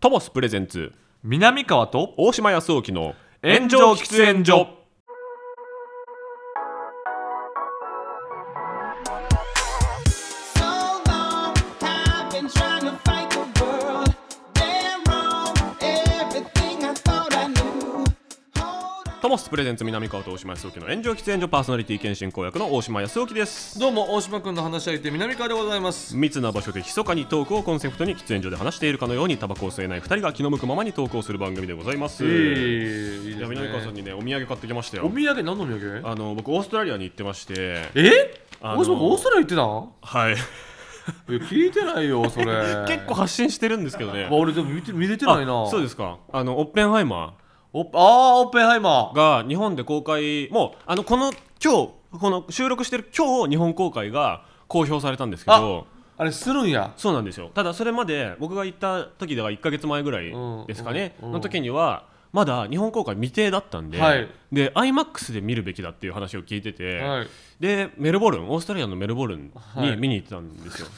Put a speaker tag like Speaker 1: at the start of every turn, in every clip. Speaker 1: トモスプレゼンツ
Speaker 2: 南川と
Speaker 1: 大島康沖の
Speaker 2: 炎上喫煙所
Speaker 1: トモスプレゼンツ南川と大島康沖の炎上喫煙所パーソナリティ検診公約の大島康沖です
Speaker 2: どうも大島君の話し相手南川でございます
Speaker 1: 密な場所で密かにトークをコンセプトに喫煙所で話しているかのようにタバコを吸えない二人が気の向くままに投稿する番組でございます、
Speaker 2: ーいい
Speaker 1: いや南川さんにねお土産買ってきました
Speaker 2: お
Speaker 1: よ
Speaker 2: 土産何のお土産
Speaker 1: あの僕オーストラリアに行ってまして
Speaker 2: え
Speaker 1: あの
Speaker 2: 大島君オーストラリア行っ
Speaker 1: はい
Speaker 2: てたいや聞いてないよそれ
Speaker 1: 結構発信してるんですけどね
Speaker 2: あ俺でも見て見れてないな
Speaker 1: あそうですすかあのオッペンハイマ
Speaker 2: おあーオッペンハイマ
Speaker 1: ー
Speaker 2: ー
Speaker 1: が日本で公開もうあのこの今日この収録してる今日日本公開が公表されたんですけど
Speaker 2: あれするんや
Speaker 1: そうなんですよただそれまで僕が行った時では1か月前ぐらいですかね、
Speaker 2: うんうん
Speaker 1: の時にはまだ日本公開未定だったんで、
Speaker 2: はい
Speaker 1: で IMAX で見るべきだっていう話を聞いてて、
Speaker 2: はい
Speaker 1: でメルボルンオーストラリアのメルボルン
Speaker 2: は
Speaker 1: に
Speaker 2: い
Speaker 1: 見に行ってたんです よ、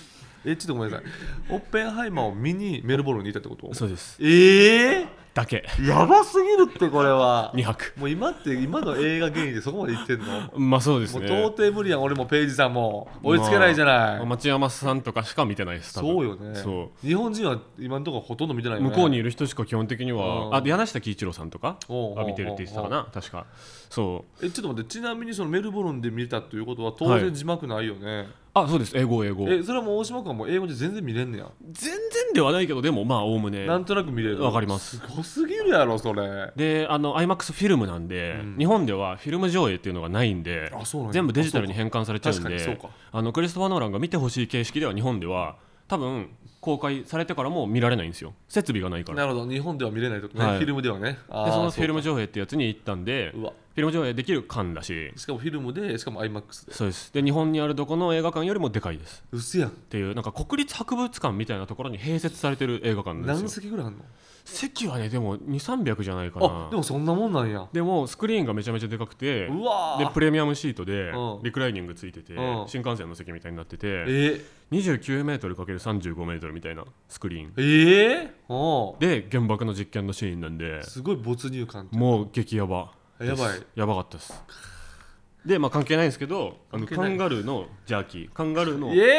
Speaker 2: えちょっとごめんなさいオッペンハイマーを見にメルボルンにいたってこと
Speaker 1: そうです
Speaker 2: ええ
Speaker 1: だけ
Speaker 2: やばすぎるってこれは
Speaker 1: 2泊
Speaker 2: もう今って今の映画芸人でそこまで行ってんの
Speaker 1: まあそうです
Speaker 2: もう
Speaker 1: ね
Speaker 2: 到底無理やん俺もペイジさんも追いつけないじゃない、
Speaker 1: 町山さんとかしか見てないです多分
Speaker 2: そうよね
Speaker 1: そう
Speaker 2: 日本人は今のところほとんど見てないよね
Speaker 1: 向こうにいる人しか基本的には、
Speaker 2: うん
Speaker 1: あで柳下喜一郎さんとか
Speaker 2: おうおうおうお
Speaker 1: が
Speaker 2: う
Speaker 1: 見てるって言ってたかな確かそう
Speaker 2: えちょっと待ってちなみにそのメルボルンで見たということは当
Speaker 1: は
Speaker 2: 然
Speaker 1: い
Speaker 2: 字幕ないよね、
Speaker 1: あそうです英語英語
Speaker 2: えそれはもう大島君はもう英語で全然見れんねや、
Speaker 1: 全然ではないけどでもまあおおむね
Speaker 2: なんとなく見れる
Speaker 1: わかります
Speaker 2: すごすぎるやろそれ
Speaker 1: であの IMAX フィルムなんで、
Speaker 2: うん
Speaker 1: 日本ではフィルム上映っていうのがないんで
Speaker 2: あそうなんや
Speaker 1: 全部デジタルに変換されちゃうん
Speaker 2: あそうか
Speaker 1: で
Speaker 2: 確かにそう
Speaker 1: あのクリストファー・ノーランが見てほしい形式では日本では多分公開されてからも見られないんですよ設備がないから
Speaker 2: なるほど日本では見れないとかね、
Speaker 1: はい
Speaker 2: フィルムではねあ
Speaker 1: で
Speaker 2: ー
Speaker 1: その
Speaker 2: う
Speaker 1: フィルム
Speaker 2: か
Speaker 1: 上映ってやつに行ったんで
Speaker 2: うわ
Speaker 1: フィルム上映できる館だし
Speaker 2: しかもフィルムでしかも IMAX で
Speaker 1: そうですで日本にあるどこの映画館よりもでかいです
Speaker 2: うせやん
Speaker 1: っていうなんか国立博物館みたいなところに併設されてる映画館なん
Speaker 2: 何
Speaker 1: ですよ
Speaker 2: 席ぐらいあんの
Speaker 1: 席はねでも2300じゃないか
Speaker 2: あ
Speaker 1: な
Speaker 2: でもそんなもんなんや
Speaker 1: でもスクリーンがめちゃめちゃでかくて
Speaker 2: うわー
Speaker 1: でプレミアムシートで
Speaker 2: うん
Speaker 1: リクライニングついてて
Speaker 2: うん
Speaker 1: 新幹線の席みたいになってて
Speaker 2: え
Speaker 1: 29メートル ×35 メートルみたいなスクリーン
Speaker 2: ええおう
Speaker 1: で原爆の実験のシーンなんです
Speaker 2: ごい没入感
Speaker 1: もう激ヤバです
Speaker 2: やばい
Speaker 1: やばかったですでまあ関係ないんですけどあの
Speaker 2: 関係
Speaker 1: カ
Speaker 2: ない
Speaker 1: ンガルーのジャーキーカンガルーの肉で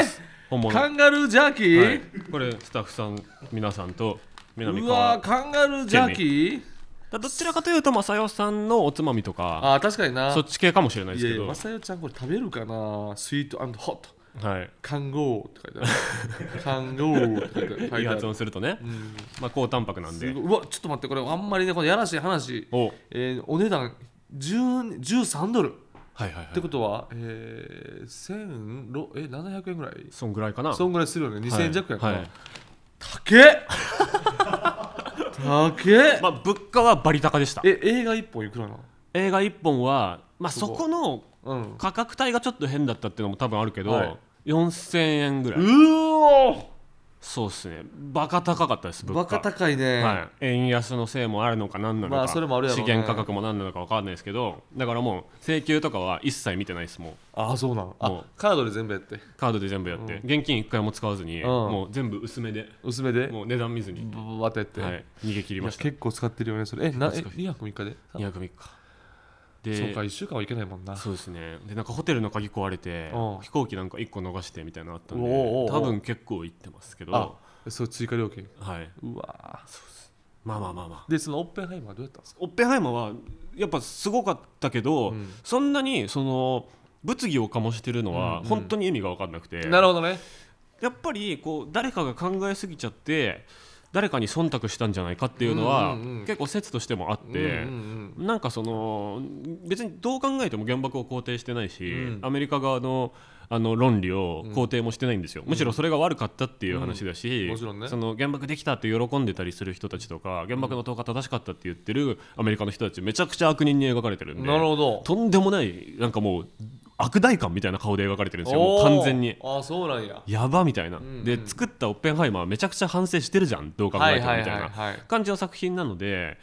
Speaker 2: え
Speaker 1: す本物
Speaker 2: カンガルージャーキー、
Speaker 1: はい、これスタッフさん皆さんと南
Speaker 2: う
Speaker 1: 川
Speaker 2: わーカンガルージャーキー
Speaker 1: だどちらかというと正代さんのおつまみとか
Speaker 2: あー確かにな
Speaker 1: そっち系かもしれないで
Speaker 2: い
Speaker 1: す
Speaker 2: や
Speaker 1: け
Speaker 2: いや
Speaker 1: ど
Speaker 2: まさよちゃんこれ食べるかなスイートホット
Speaker 1: はい
Speaker 2: カンゴーって書いてあるカンゴーって書いてある書い
Speaker 1: いい
Speaker 2: てあ
Speaker 1: 発
Speaker 2: る
Speaker 1: 音するとね、
Speaker 2: うん
Speaker 1: まあ、高タンパクなん
Speaker 2: す
Speaker 1: で
Speaker 2: ごいうわちょっと待ってこれあんまりねこのやらしい話、
Speaker 1: おはい
Speaker 2: えーお値段10 13ドル、
Speaker 1: はいはい
Speaker 2: ってことは、えー、1000ろえ700円ぐらい
Speaker 1: そんぐらいかな
Speaker 2: そんぐらいするよね2000円弱やから、
Speaker 1: はいはい
Speaker 2: 高え高え、
Speaker 1: まあ、物価はバリ高でした
Speaker 2: え映画一本いくらなの
Speaker 1: 映画1本は、まあ、
Speaker 2: すご
Speaker 1: そ
Speaker 2: い
Speaker 1: この
Speaker 2: うん
Speaker 1: 価格帯がちょっと変だったっていうのも多分あるけど、
Speaker 2: はい
Speaker 1: 4000円ぐら
Speaker 2: う
Speaker 1: い
Speaker 2: ー
Speaker 1: そうですねバカ高かったです
Speaker 2: お
Speaker 1: 物
Speaker 2: バ
Speaker 1: 価
Speaker 2: カ高いね、
Speaker 1: はい、円安のせいもあるのか何なのか、
Speaker 2: まあそれもあるやろう
Speaker 1: 資
Speaker 2: ね
Speaker 1: 源価格も何なのか分かんないですけどだからもう請求とかは一切見てないですもう
Speaker 2: ああそうなのあ
Speaker 1: もう
Speaker 2: カードで全部やって
Speaker 1: カードで全部やって、現金一回も使わずに、
Speaker 2: うん
Speaker 1: もう全部薄めで
Speaker 2: 薄めで
Speaker 1: もう値段見ずに、
Speaker 2: ブブ当てて、
Speaker 1: はい、逃げ切り
Speaker 2: い
Speaker 1: ま
Speaker 2: や
Speaker 1: した
Speaker 2: 結構使ってるよねそれえなえ
Speaker 1: 懐か
Speaker 2: 2泊3日で
Speaker 1: 2泊3日で
Speaker 2: そうか1週間はいけないもんな
Speaker 1: そうですねでなんかホテルの鍵壊れて
Speaker 2: うん
Speaker 1: 飛行機なんか1個逃してみたいなのあったんで
Speaker 2: おうおうおう
Speaker 1: 多分結構行ってますけど
Speaker 2: あ
Speaker 1: は
Speaker 2: そう追加料金
Speaker 1: いう
Speaker 2: わー
Speaker 1: まあまあまあまあ
Speaker 2: でそのオッペンハイマーどうやったんですか
Speaker 1: オッペンハイマーはやっぱすごかったけど、
Speaker 2: うん
Speaker 1: そんなにその物議を醸してるのは
Speaker 2: うん
Speaker 1: 本当に意味が分かんなくて、
Speaker 2: なるほどね
Speaker 1: やっぱりこう誰かが考えすぎちゃって誰かに忖度したんじゃないかっていうのは、
Speaker 2: うんうんうん
Speaker 1: 結構説としてもあって。
Speaker 2: うんうん
Speaker 1: なんかその別にどう考えても原爆を肯定してないし、
Speaker 2: うん
Speaker 1: アメリカ側のあの論理を肯定もしてないんですよ、むしろそれが悪かったっていう話だし、
Speaker 2: うんもちろんね
Speaker 1: その原爆できたって喜んでたりする人たちとか原爆の投下正しかったって言ってるアメリカの人たちめちゃくちゃ悪人に描かれてる
Speaker 2: うんん
Speaker 1: で
Speaker 2: なるほど
Speaker 1: とんでもないなんかもう悪大官みたいな顔で描かれてるんですよもう
Speaker 2: おー
Speaker 1: 完全に。
Speaker 2: あそうなんや
Speaker 1: やばみたいな、
Speaker 2: ん
Speaker 1: で作ったオッペンハイマーめちゃくちゃ反省してるじゃんどう考えてもみたいな
Speaker 2: はいはいはいはい
Speaker 1: 感じの作品なので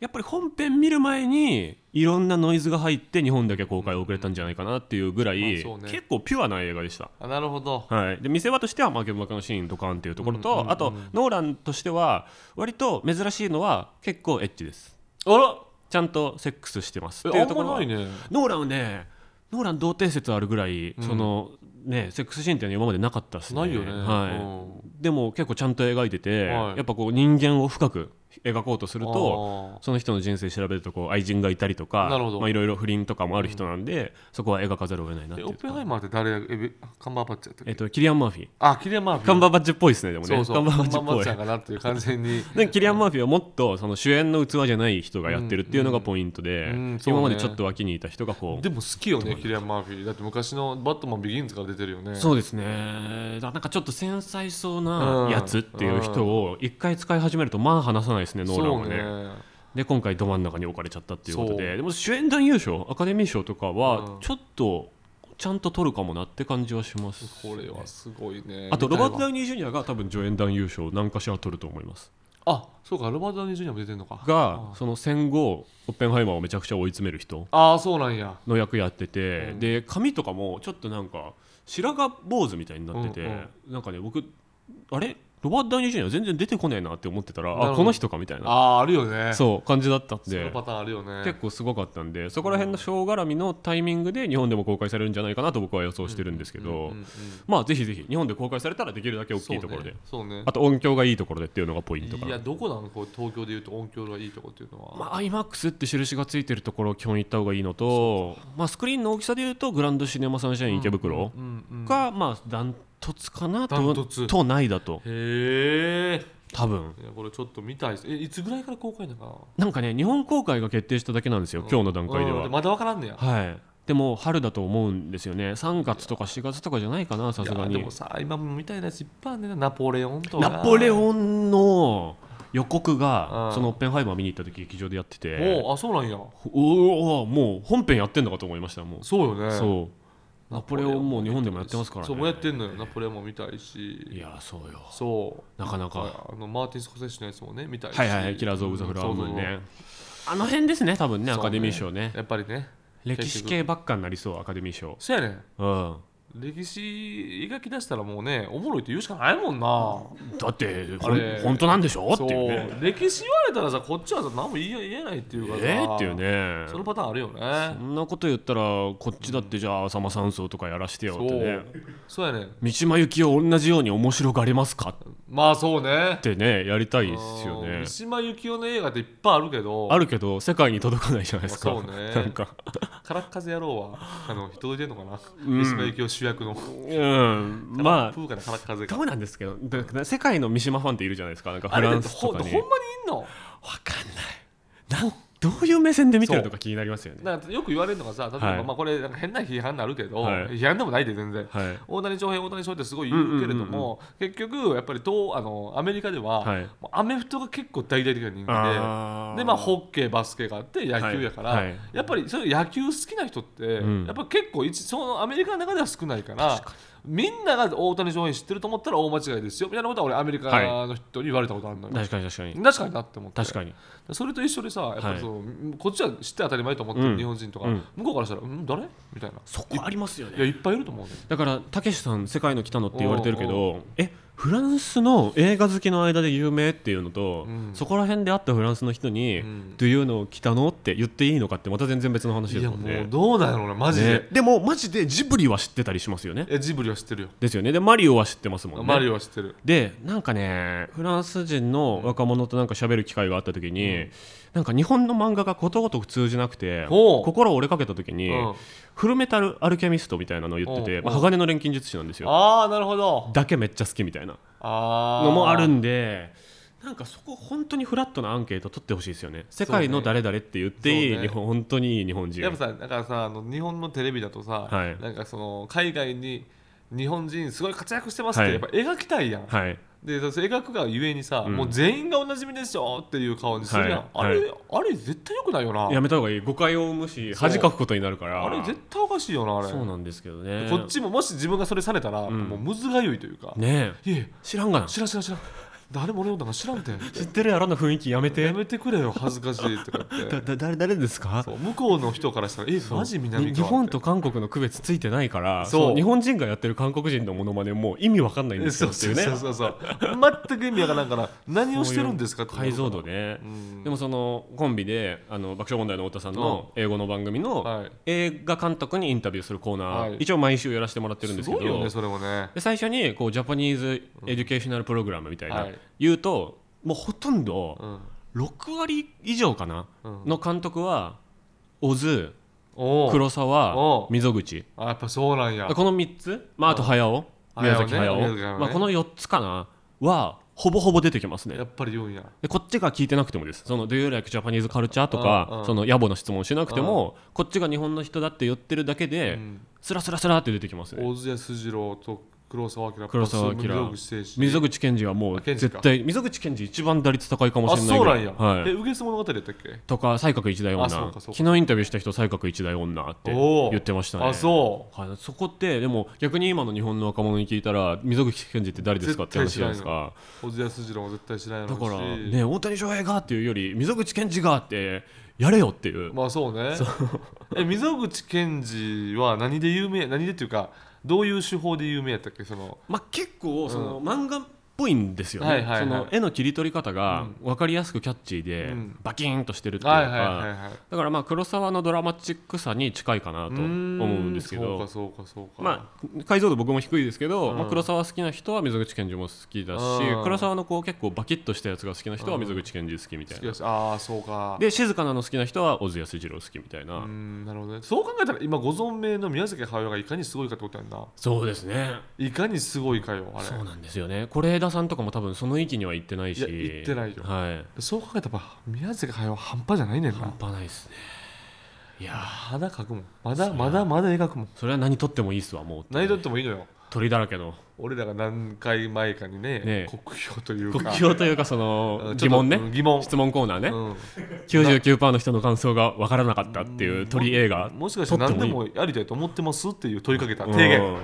Speaker 1: やっぱり本編見る前にいろんなノイズが入って日本だけ公開遅れたんじゃないかなっていうぐらい、
Speaker 2: まあそうね
Speaker 1: 結構ピュアな映画でした。
Speaker 2: あなるほど
Speaker 1: はい、で見せ場としては「まあ、原爆のシーン」ドカンっていうところと、
Speaker 2: うんうんうん
Speaker 1: あとノーランとしては割と珍しいのは結構エッチです
Speaker 2: あら
Speaker 1: ちゃんとセックスしてますって
Speaker 2: え
Speaker 1: い
Speaker 2: あ
Speaker 1: うとこ
Speaker 2: ん
Speaker 1: ろ
Speaker 2: ま
Speaker 1: は
Speaker 2: ないね
Speaker 1: ノーランねノーラン童貞説あるぐらい、
Speaker 2: うん
Speaker 1: そのねセックスシーンっていうのは今までなかったですね
Speaker 2: ないよね
Speaker 1: は
Speaker 2: う
Speaker 1: いでも結構ちゃんと描いてて、
Speaker 2: はい
Speaker 1: やっぱこう人間を深く描こうとすると
Speaker 2: あー
Speaker 1: その人の人生調べるとこう愛人がいたりとか
Speaker 2: なるほど
Speaker 1: まあ、いろいろ不倫とかもある人なんで、そこは描かざるを得ないなって
Speaker 2: え
Speaker 1: い
Speaker 2: オッ
Speaker 1: う
Speaker 2: ペンハイマーって誰やえべカンバーバッチやったっけ
Speaker 1: えっとキリアン・マーフィー
Speaker 2: あキリアンマーフィー
Speaker 1: カンバーバッチっぽいですねでもね
Speaker 2: そうそう
Speaker 1: カンバーバッチっ
Speaker 2: カンバーバ
Speaker 1: ぽ
Speaker 2: ッ
Speaker 1: い
Speaker 2: チやかなっていう完 全に
Speaker 1: でキリアン・マーフィーはもっとその主演の器じゃない人がやってるっていうのがポイントで、
Speaker 2: うんうんそうね
Speaker 1: 今までちょっと脇にいた人がこう
Speaker 2: でも好きよねキリアンマーフィーだって昔のバットマンビギンズから出てるよね
Speaker 1: そうですねだなんかちょっと繊細そうなやつっていう人を一回使い始めるとまあ離さないですねノーランはね
Speaker 2: そうね
Speaker 1: で今回ど真ん中に置かれちゃったっていうこと
Speaker 2: そ
Speaker 1: で
Speaker 2: う
Speaker 1: でも主演男優賞アカデミー賞とか
Speaker 2: う
Speaker 1: は
Speaker 2: ん
Speaker 1: ちょっとちゃんと取るかもなって感じはします、
Speaker 2: これはすごいね
Speaker 1: あとロ
Speaker 2: 見
Speaker 1: バ
Speaker 2: たい
Speaker 1: ー
Speaker 2: わ
Speaker 1: ト・ダウニー・ジュニアが多分助演男優賞何かしら取ると思います
Speaker 2: あそうかロバート・ダウニー・ジュニアも出てんのか
Speaker 1: が
Speaker 2: あ
Speaker 1: その戦後オッペンハイマーをめちゃくちゃ追い詰める人
Speaker 2: ああそうなんや
Speaker 1: の役やってて、
Speaker 2: うん
Speaker 1: で髪とかもちょっとなんか白髪坊主みたいになってて、
Speaker 2: うん
Speaker 1: なんかね僕あれロバート・ダウニー・ジュニア全然出てこねえなって思ってた
Speaker 2: なるほ
Speaker 1: らあ
Speaker 2: ど
Speaker 1: この人かみたいな
Speaker 2: ああーあるよね
Speaker 1: そう感じだったん
Speaker 2: その
Speaker 1: で
Speaker 2: パターンあるよね
Speaker 1: 結構すごかったんでそこら辺の賞絡みのタイミングで日本でも公開されるんじゃないかなと僕は予想してるんですけど、
Speaker 2: うんうんうん
Speaker 1: まあぜひぜひ日本で公開されたらできるだけ大きいところで、
Speaker 2: そうね
Speaker 1: あと音響がいいところでっていうのがポイン
Speaker 2: そ
Speaker 1: ト
Speaker 2: う
Speaker 1: か
Speaker 2: ね
Speaker 1: ない
Speaker 2: やどこなのこう東京でいうと音響がいいとこっていうのは、
Speaker 1: まあ、IMAX って印がついてるところを基本行った方がいいのと、まあ、スクリーンの大きさでいうとグランドシネマサンシャイン池袋
Speaker 2: うんうん
Speaker 1: が、まあ、ダントツかな
Speaker 2: ダン
Speaker 1: と
Speaker 2: トツ
Speaker 1: とないだと
Speaker 2: へえ
Speaker 1: 多分
Speaker 2: これちょっと見たいですえいつぐらいから公開なのかな
Speaker 1: なんかね日本公開が決定しただけなんですよ、今日の段階で
Speaker 2: う
Speaker 1: は、
Speaker 2: んまだわからんねや
Speaker 1: はいでも春だと思うんですよね3月とか4月とかじゃないかなさすが
Speaker 2: いや
Speaker 1: に
Speaker 2: でもさ今も見たいなやついっぱいあるねナポレオンとか
Speaker 1: ナポレ
Speaker 2: ン
Speaker 1: オンの予告
Speaker 2: う
Speaker 1: が
Speaker 2: ん
Speaker 1: そのオッペンハイマー見に行った時劇場でやってて
Speaker 2: おうあそうなんや
Speaker 1: おおもう本編やってんのかと思いましたもう
Speaker 2: そうよね
Speaker 1: そうナポレオンも日本でもやってますからね
Speaker 2: そうもうやってんのよナポレオンも見たい
Speaker 1: い
Speaker 2: し
Speaker 1: やそうよ
Speaker 2: そう
Speaker 1: なかなかは
Speaker 2: あのマーティン・スコセッシのやつもね見たいし
Speaker 1: いはいはいキラーズ・オブ・ザ・フラワームーン
Speaker 2: そうそう
Speaker 1: ねあの辺ですね多分ね
Speaker 2: そう
Speaker 1: ア
Speaker 2: ね
Speaker 1: カデミー賞ね
Speaker 2: そうやっぱりね
Speaker 1: 歴史系ばっかになりそうアカデミー賞
Speaker 2: そうやねん
Speaker 1: うん
Speaker 2: 歴史描き出したらもうねおもろいって言うしかないもんな
Speaker 1: だってほ
Speaker 2: あ
Speaker 1: ん
Speaker 2: れ
Speaker 1: 本当なんでしょって
Speaker 2: そ
Speaker 1: いううね
Speaker 2: 歴史言われたらさこっちはさ何も言え言えないっていうかさ
Speaker 1: えーっていうね
Speaker 2: そのパターンあるよ
Speaker 1: そ
Speaker 2: ね
Speaker 1: んなこと言ったらこっちだってじゃあ浅間山荘とかやらしてよってね
Speaker 2: そうやねん
Speaker 1: 三島由紀夫同じように面白がりますかっ
Speaker 2: まあそうね
Speaker 1: てねやりたいですよ
Speaker 2: うん
Speaker 1: ね
Speaker 2: 三島由紀夫の映画っていっぱいあるけど
Speaker 1: あるけど世界に届かないじゃないですか
Speaker 2: まあそう ね
Speaker 1: なんか
Speaker 2: 空っ風野郎 はあの人届いてんのかな、
Speaker 1: ん
Speaker 2: 三島由紀夫主役の
Speaker 1: うんまあ
Speaker 2: プーから空っ風が
Speaker 1: どうなんですけどだから世界の三島ファンっているじゃないですかなんか
Speaker 2: あ
Speaker 1: フ
Speaker 2: れ
Speaker 1: ラ
Speaker 2: だっ
Speaker 1: ン
Speaker 2: て
Speaker 1: ス
Speaker 2: ほ
Speaker 1: と
Speaker 2: ん
Speaker 1: か
Speaker 2: ほんま
Speaker 1: に
Speaker 2: にい
Speaker 1: わ
Speaker 2: んの
Speaker 1: かんないなんどういう目線で見てるのか気になりますよね
Speaker 2: なんかよく言われるのがさ、例えば、
Speaker 1: はい
Speaker 2: まあこれなんか変な批判になるけど、
Speaker 1: はい
Speaker 2: 批判でもないで全然。
Speaker 1: はい
Speaker 2: 大谷翔平、大谷翔平ってすごい言うけれども、結局、やっぱり東あのアメリカでは、
Speaker 1: はい
Speaker 2: もうアメフトが結構大々的な人気
Speaker 1: あー
Speaker 2: で、でまあ、ホッケー、バスケがあって、野球やから、
Speaker 1: はいはい
Speaker 2: やっぱりそういう野球好きな人って、
Speaker 1: ん
Speaker 2: やっぱ結構一、そのアメリカの中では少ないから、みんなが大谷翔平知ってると思ったら大間違いですよみたいなことは、俺、アメリカの人に言われたことあるのよ。
Speaker 1: 確かに確かに
Speaker 2: 確かになって思って。
Speaker 1: 確かに
Speaker 2: それと一緒でさやっぱりその、こっちは知って当たり前と思って
Speaker 1: うん
Speaker 2: る日本人とか、
Speaker 1: うん
Speaker 2: 向こうからしたら「うん誰?」みたいな
Speaker 1: そこありますよ
Speaker 2: いやいっぱいいると思うね
Speaker 1: だからたけしさん世界の北野って言われてるけどえフランスの映画好きの間で有名っていうのと、
Speaker 2: うん
Speaker 1: そこら辺で会ったフランスの人に「
Speaker 2: ん
Speaker 1: Do you know 北野?」って言っていいのかってまた全然別の話で
Speaker 2: い
Speaker 1: す
Speaker 2: や
Speaker 1: もんね
Speaker 2: もうどうなんやろうなマジで、
Speaker 1: ねでもマジでジブリは知ってたりしますよね
Speaker 2: えジブリは知ってるよ、
Speaker 1: ですよねでマリオは知ってますもんね
Speaker 2: マリオは知ってる
Speaker 1: でなんかねフランス人の若者となんか喋る機会があった時に、なんか日本の漫画がことごとく通じなくて
Speaker 2: ほう
Speaker 1: 心を折れかけた時に、
Speaker 2: うん
Speaker 1: フルメタルアルケミストみたいなのを言ってて、
Speaker 2: うん
Speaker 1: まあ、鋼の錬金術師なんですよ
Speaker 2: ああなるほど
Speaker 1: だけめっちゃ好きみたいな
Speaker 2: あー
Speaker 1: のもあるんでなんかそこ本当にフラットなアンケート取ってほしいですよね世界の誰々って言っていい、
Speaker 2: そう
Speaker 1: 日
Speaker 2: ね
Speaker 1: 本本当にいい日本人
Speaker 2: やっぱさだからさあの日本のテレビだとさ、
Speaker 1: はい
Speaker 2: なんかその海外に日本人すごい活躍してますっ
Speaker 1: は
Speaker 2: て
Speaker 1: い
Speaker 2: やっぱ描きたいやん、
Speaker 1: はい
Speaker 2: でその描くがゆえにさ、
Speaker 1: ん
Speaker 2: もう全員がおなじみでしょっていう顔にするや
Speaker 1: は
Speaker 2: ん、
Speaker 1: い
Speaker 2: あれ、
Speaker 1: は
Speaker 2: あれ絶対よくないよな
Speaker 1: やめた方がいい誤解を生むし
Speaker 2: そう
Speaker 1: 恥かくことになるから
Speaker 2: あれ絶対おかしいよなあれ
Speaker 1: そうなんですけどね
Speaker 2: こっちももし自分がそれされたら、
Speaker 1: ん
Speaker 2: もうむずがゆいというか、
Speaker 1: ねえ
Speaker 2: いえ
Speaker 1: 知らんがな
Speaker 2: 知らん知らん知らん誰も俺のなんか知ら んて
Speaker 1: 知ってるやろの雰囲気やめ
Speaker 2: や
Speaker 1: て
Speaker 2: めてくれよ恥ずかしいとか言って
Speaker 1: だだ誰誰ですか
Speaker 2: そう向こうの人からしたらえマジ南川
Speaker 1: に日本と韓国の区別ついてないから
Speaker 2: そう
Speaker 1: その日本人がやってる韓国人のものまねもう意味わかんないんです
Speaker 2: そ
Speaker 1: よっ
Speaker 2: う
Speaker 1: て
Speaker 2: そ
Speaker 1: いううね
Speaker 2: そうそうそう全く意味わからんから何をしてるんですかって
Speaker 1: 解像度ね
Speaker 2: うん
Speaker 1: でもそのコンビであの爆笑問題の太田さんの英語の番組
Speaker 2: は
Speaker 1: の
Speaker 2: い
Speaker 1: 映画監督にインタビューするコーナ
Speaker 2: はい
Speaker 1: ー一応毎週やらせてもらってるんですすけ
Speaker 2: ごいよ
Speaker 1: ど
Speaker 2: ねそれもね
Speaker 1: で最初にこうジャパニーズ・エデュケーショナル・プログラムみたいな
Speaker 2: はい
Speaker 1: 言うともうほとん
Speaker 2: う
Speaker 1: ど
Speaker 2: ん
Speaker 1: 6割以上かな
Speaker 2: うん
Speaker 1: の監督は小津
Speaker 2: おう
Speaker 1: 黒沢
Speaker 2: おう
Speaker 1: 溝口
Speaker 2: あやっぱそうなんや
Speaker 1: この3つ、まあ、あと早尾
Speaker 2: うん
Speaker 1: 宮崎
Speaker 2: 早
Speaker 1: 駿
Speaker 2: 尾ね宮崎駿ね
Speaker 1: まあ、この4つかなはほぼほぼ出てきますね
Speaker 2: やっぱり言うんや
Speaker 1: でこっちが聞いてなくてもです「その Do you like Japanese culture?」と
Speaker 2: うんう
Speaker 1: か
Speaker 2: ん
Speaker 1: その野暮の質問しなくてもこっちが日本の人だって言ってるだけで
Speaker 2: うん
Speaker 1: スラスラスラって出てきますね
Speaker 2: 大津谷筋郎と黒沢明
Speaker 1: 黒澤明
Speaker 2: パス溝口誠志
Speaker 1: 溝口健二はもう
Speaker 2: あ健二か
Speaker 1: 絶対溝口健二一番打率高いかも
Speaker 2: あ
Speaker 1: しれない
Speaker 2: そう
Speaker 1: ぐ
Speaker 2: な
Speaker 1: ら
Speaker 2: ん
Speaker 1: い
Speaker 2: や
Speaker 1: はい
Speaker 2: えウゲス物語やったっけ
Speaker 1: とか才覚一大女
Speaker 2: あそうかそう
Speaker 1: 昨
Speaker 2: か
Speaker 1: 日インタビューした人才覚一大女って
Speaker 2: おー
Speaker 1: 言ってましたね
Speaker 2: あそう
Speaker 1: はい、そこってでも逆に今の日本の若者に聞いたら溝口健二って誰ですかって話じゃないですか
Speaker 2: 小津谷筋郎も絶対知らんやろ
Speaker 1: だ
Speaker 2: うし
Speaker 1: からね大谷翔平がっていうより溝口健二がってやれよっていう、
Speaker 2: まあそうねえ溝口健二は何で有名何でっていうかどういう手法で有名やったっけその
Speaker 1: まあ、結構その、漫画っぽいんですよね、
Speaker 2: はいはいはい
Speaker 1: その絵の切り取り方が分かりやすくキャッチーで、
Speaker 2: うん
Speaker 1: バキーンとしてるっていうか、
Speaker 2: はいはいはいはい
Speaker 1: だからまあ黒沢のドラマチックさに近いかなと思うんですけ
Speaker 2: うー
Speaker 1: ど
Speaker 2: そうかそうかそうか
Speaker 1: まあ、解像度僕も低いですけど、
Speaker 2: うん
Speaker 1: まあ、黒沢好きな人は溝口健二も好きだし、
Speaker 2: うん
Speaker 1: 黒沢のこう結構バキッとしたやつが好きな人は溝口健二好きみたい
Speaker 2: 好き
Speaker 1: な
Speaker 2: だしああそうか
Speaker 1: で静かなの好きな人は小津安二郎好きみたいうな、
Speaker 2: ーんなるほどねそう考えたら今ご存命の宮崎駿がいかにすごいかってことやんな
Speaker 1: そうですね
Speaker 2: いかにすごいかよあれ
Speaker 1: そうなんですよね是枝さんとかも多分その域には行ってないし
Speaker 2: いや行ってないよ
Speaker 1: はい
Speaker 2: そう考えたらやっぱ宮崎駿は半端じゃないねん
Speaker 1: 半
Speaker 2: な
Speaker 1: 端ないですねいやー
Speaker 2: まだ描くもんまだまだまだ描くもん
Speaker 1: それは何撮ってもいいっすわもう
Speaker 2: 何とってもいいのよ
Speaker 1: 鳥だらけの
Speaker 2: 俺らが何回前かにね
Speaker 1: ねえ
Speaker 2: 国評というか
Speaker 1: 国境というかそ
Speaker 2: うん
Speaker 1: の
Speaker 2: ち
Speaker 1: 疑
Speaker 2: ょっと
Speaker 1: 問
Speaker 2: うん
Speaker 1: ね
Speaker 2: 疑問
Speaker 1: 質問コーナーね、
Speaker 2: うん
Speaker 1: 99%の人の感想が分からなかったっていう鳥映画
Speaker 2: もしかして
Speaker 1: 撮って
Speaker 2: 何で
Speaker 1: もいい
Speaker 2: もやりたいと思ってますっていう問いかけた提言
Speaker 1: う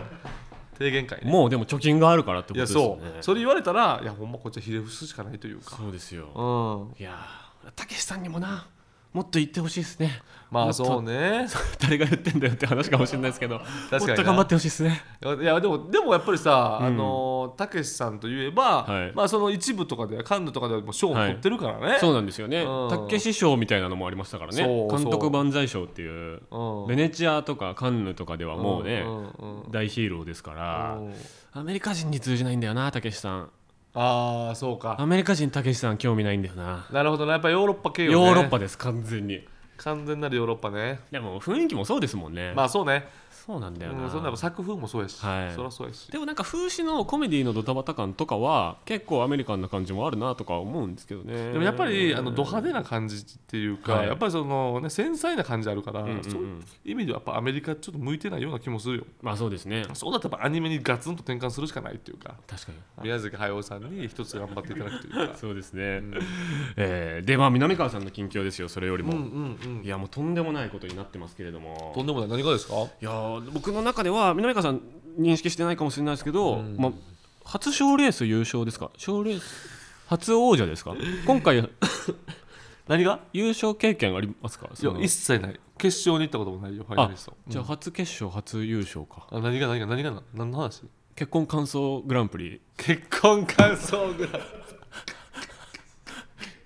Speaker 2: 提言会
Speaker 1: ん
Speaker 2: ね
Speaker 1: もうでも貯金があるからって
Speaker 2: い
Speaker 1: こと
Speaker 2: や
Speaker 1: ですよ
Speaker 2: そ
Speaker 1: ね
Speaker 2: うそれ言われたらいやほんまこっちはひれ伏すしかないというか
Speaker 1: そうですよ
Speaker 2: う
Speaker 1: い
Speaker 2: ん
Speaker 1: やーたけしさんにもなもっと言ってほしいですね
Speaker 2: ま
Speaker 1: も
Speaker 2: あ
Speaker 1: っと
Speaker 2: そうね
Speaker 1: 誰が言ってんだよって話かもしれないですけども
Speaker 2: か
Speaker 1: っ
Speaker 2: にな
Speaker 1: と頑張ってほしいですね
Speaker 2: いやでもでもやっぱりさ
Speaker 1: うん
Speaker 2: あのたけしさんといえば、
Speaker 1: はい
Speaker 2: まあその一部とかでカンヌとかではもう賞を
Speaker 1: はい
Speaker 2: 取ってるからね、
Speaker 1: そうなんですよね
Speaker 2: うん
Speaker 1: たけし賞みたいなのもありましたからね
Speaker 2: そうそう
Speaker 1: 監督万歳賞っていう
Speaker 2: うん
Speaker 1: ベネチアとかカンヌとかではもうね
Speaker 2: んうんうん
Speaker 1: 大ヒーローですから
Speaker 2: うん
Speaker 1: アメリカ人に通じないんだよなたけしさん
Speaker 2: ああそうか
Speaker 1: アメリカ人たけしさん興味ないんだよな
Speaker 2: なるほどねやっぱヨーロッパ系よ、ね、
Speaker 1: ヨーロッパです完全に
Speaker 2: 完全なるヨーロッパね
Speaker 1: でも雰囲気もそうですもんね
Speaker 2: まあそうね、
Speaker 1: そうなんだ
Speaker 2: う
Speaker 1: よ
Speaker 2: ん、
Speaker 1: な
Speaker 2: そんなやっぱ作風もそうやし、
Speaker 1: はい
Speaker 2: そりゃそうやし
Speaker 1: でもなんか風刺のコメディのドタバタ感とかは結構アメリカンな感じもあるなとか思うんですけどね
Speaker 2: でもやっぱりあのド派手な感じっていうか、
Speaker 1: はい
Speaker 2: やっぱりその、ね、繊細な感じあるから、
Speaker 1: うんうんうん
Speaker 2: そういう意味ではやっぱアメリカちょっと向いてないような気もするよ
Speaker 1: まあそうですね
Speaker 2: そうだったらやっぱアニメにガツンと転換するしかないっていうか
Speaker 1: 確かに
Speaker 2: 宮崎駿さんに一つ頑張っていただくという か
Speaker 1: そうですね、えーでまあ南川さんの近況ですよそれより
Speaker 2: うん
Speaker 1: も、
Speaker 2: うんうん
Speaker 1: いやもうとんでもないことになってますけれど
Speaker 2: と
Speaker 1: も
Speaker 2: んでもない何がですか
Speaker 1: いやー僕の中では南川さん認識してないかもしれないですけど、
Speaker 2: うん
Speaker 1: まあ、初賞レース優勝ですか賞レース初王者ですか今回
Speaker 2: 何が
Speaker 1: 優勝経験ありますか
Speaker 2: い
Speaker 1: そ
Speaker 2: や
Speaker 1: の
Speaker 2: 一切ない決勝に行ったこともないよファイナリスト
Speaker 1: じゃあ初決勝初優勝か
Speaker 2: あ何が何が何がな何の話
Speaker 1: 結婚感想グランプリ
Speaker 2: 結婚感想ぐらい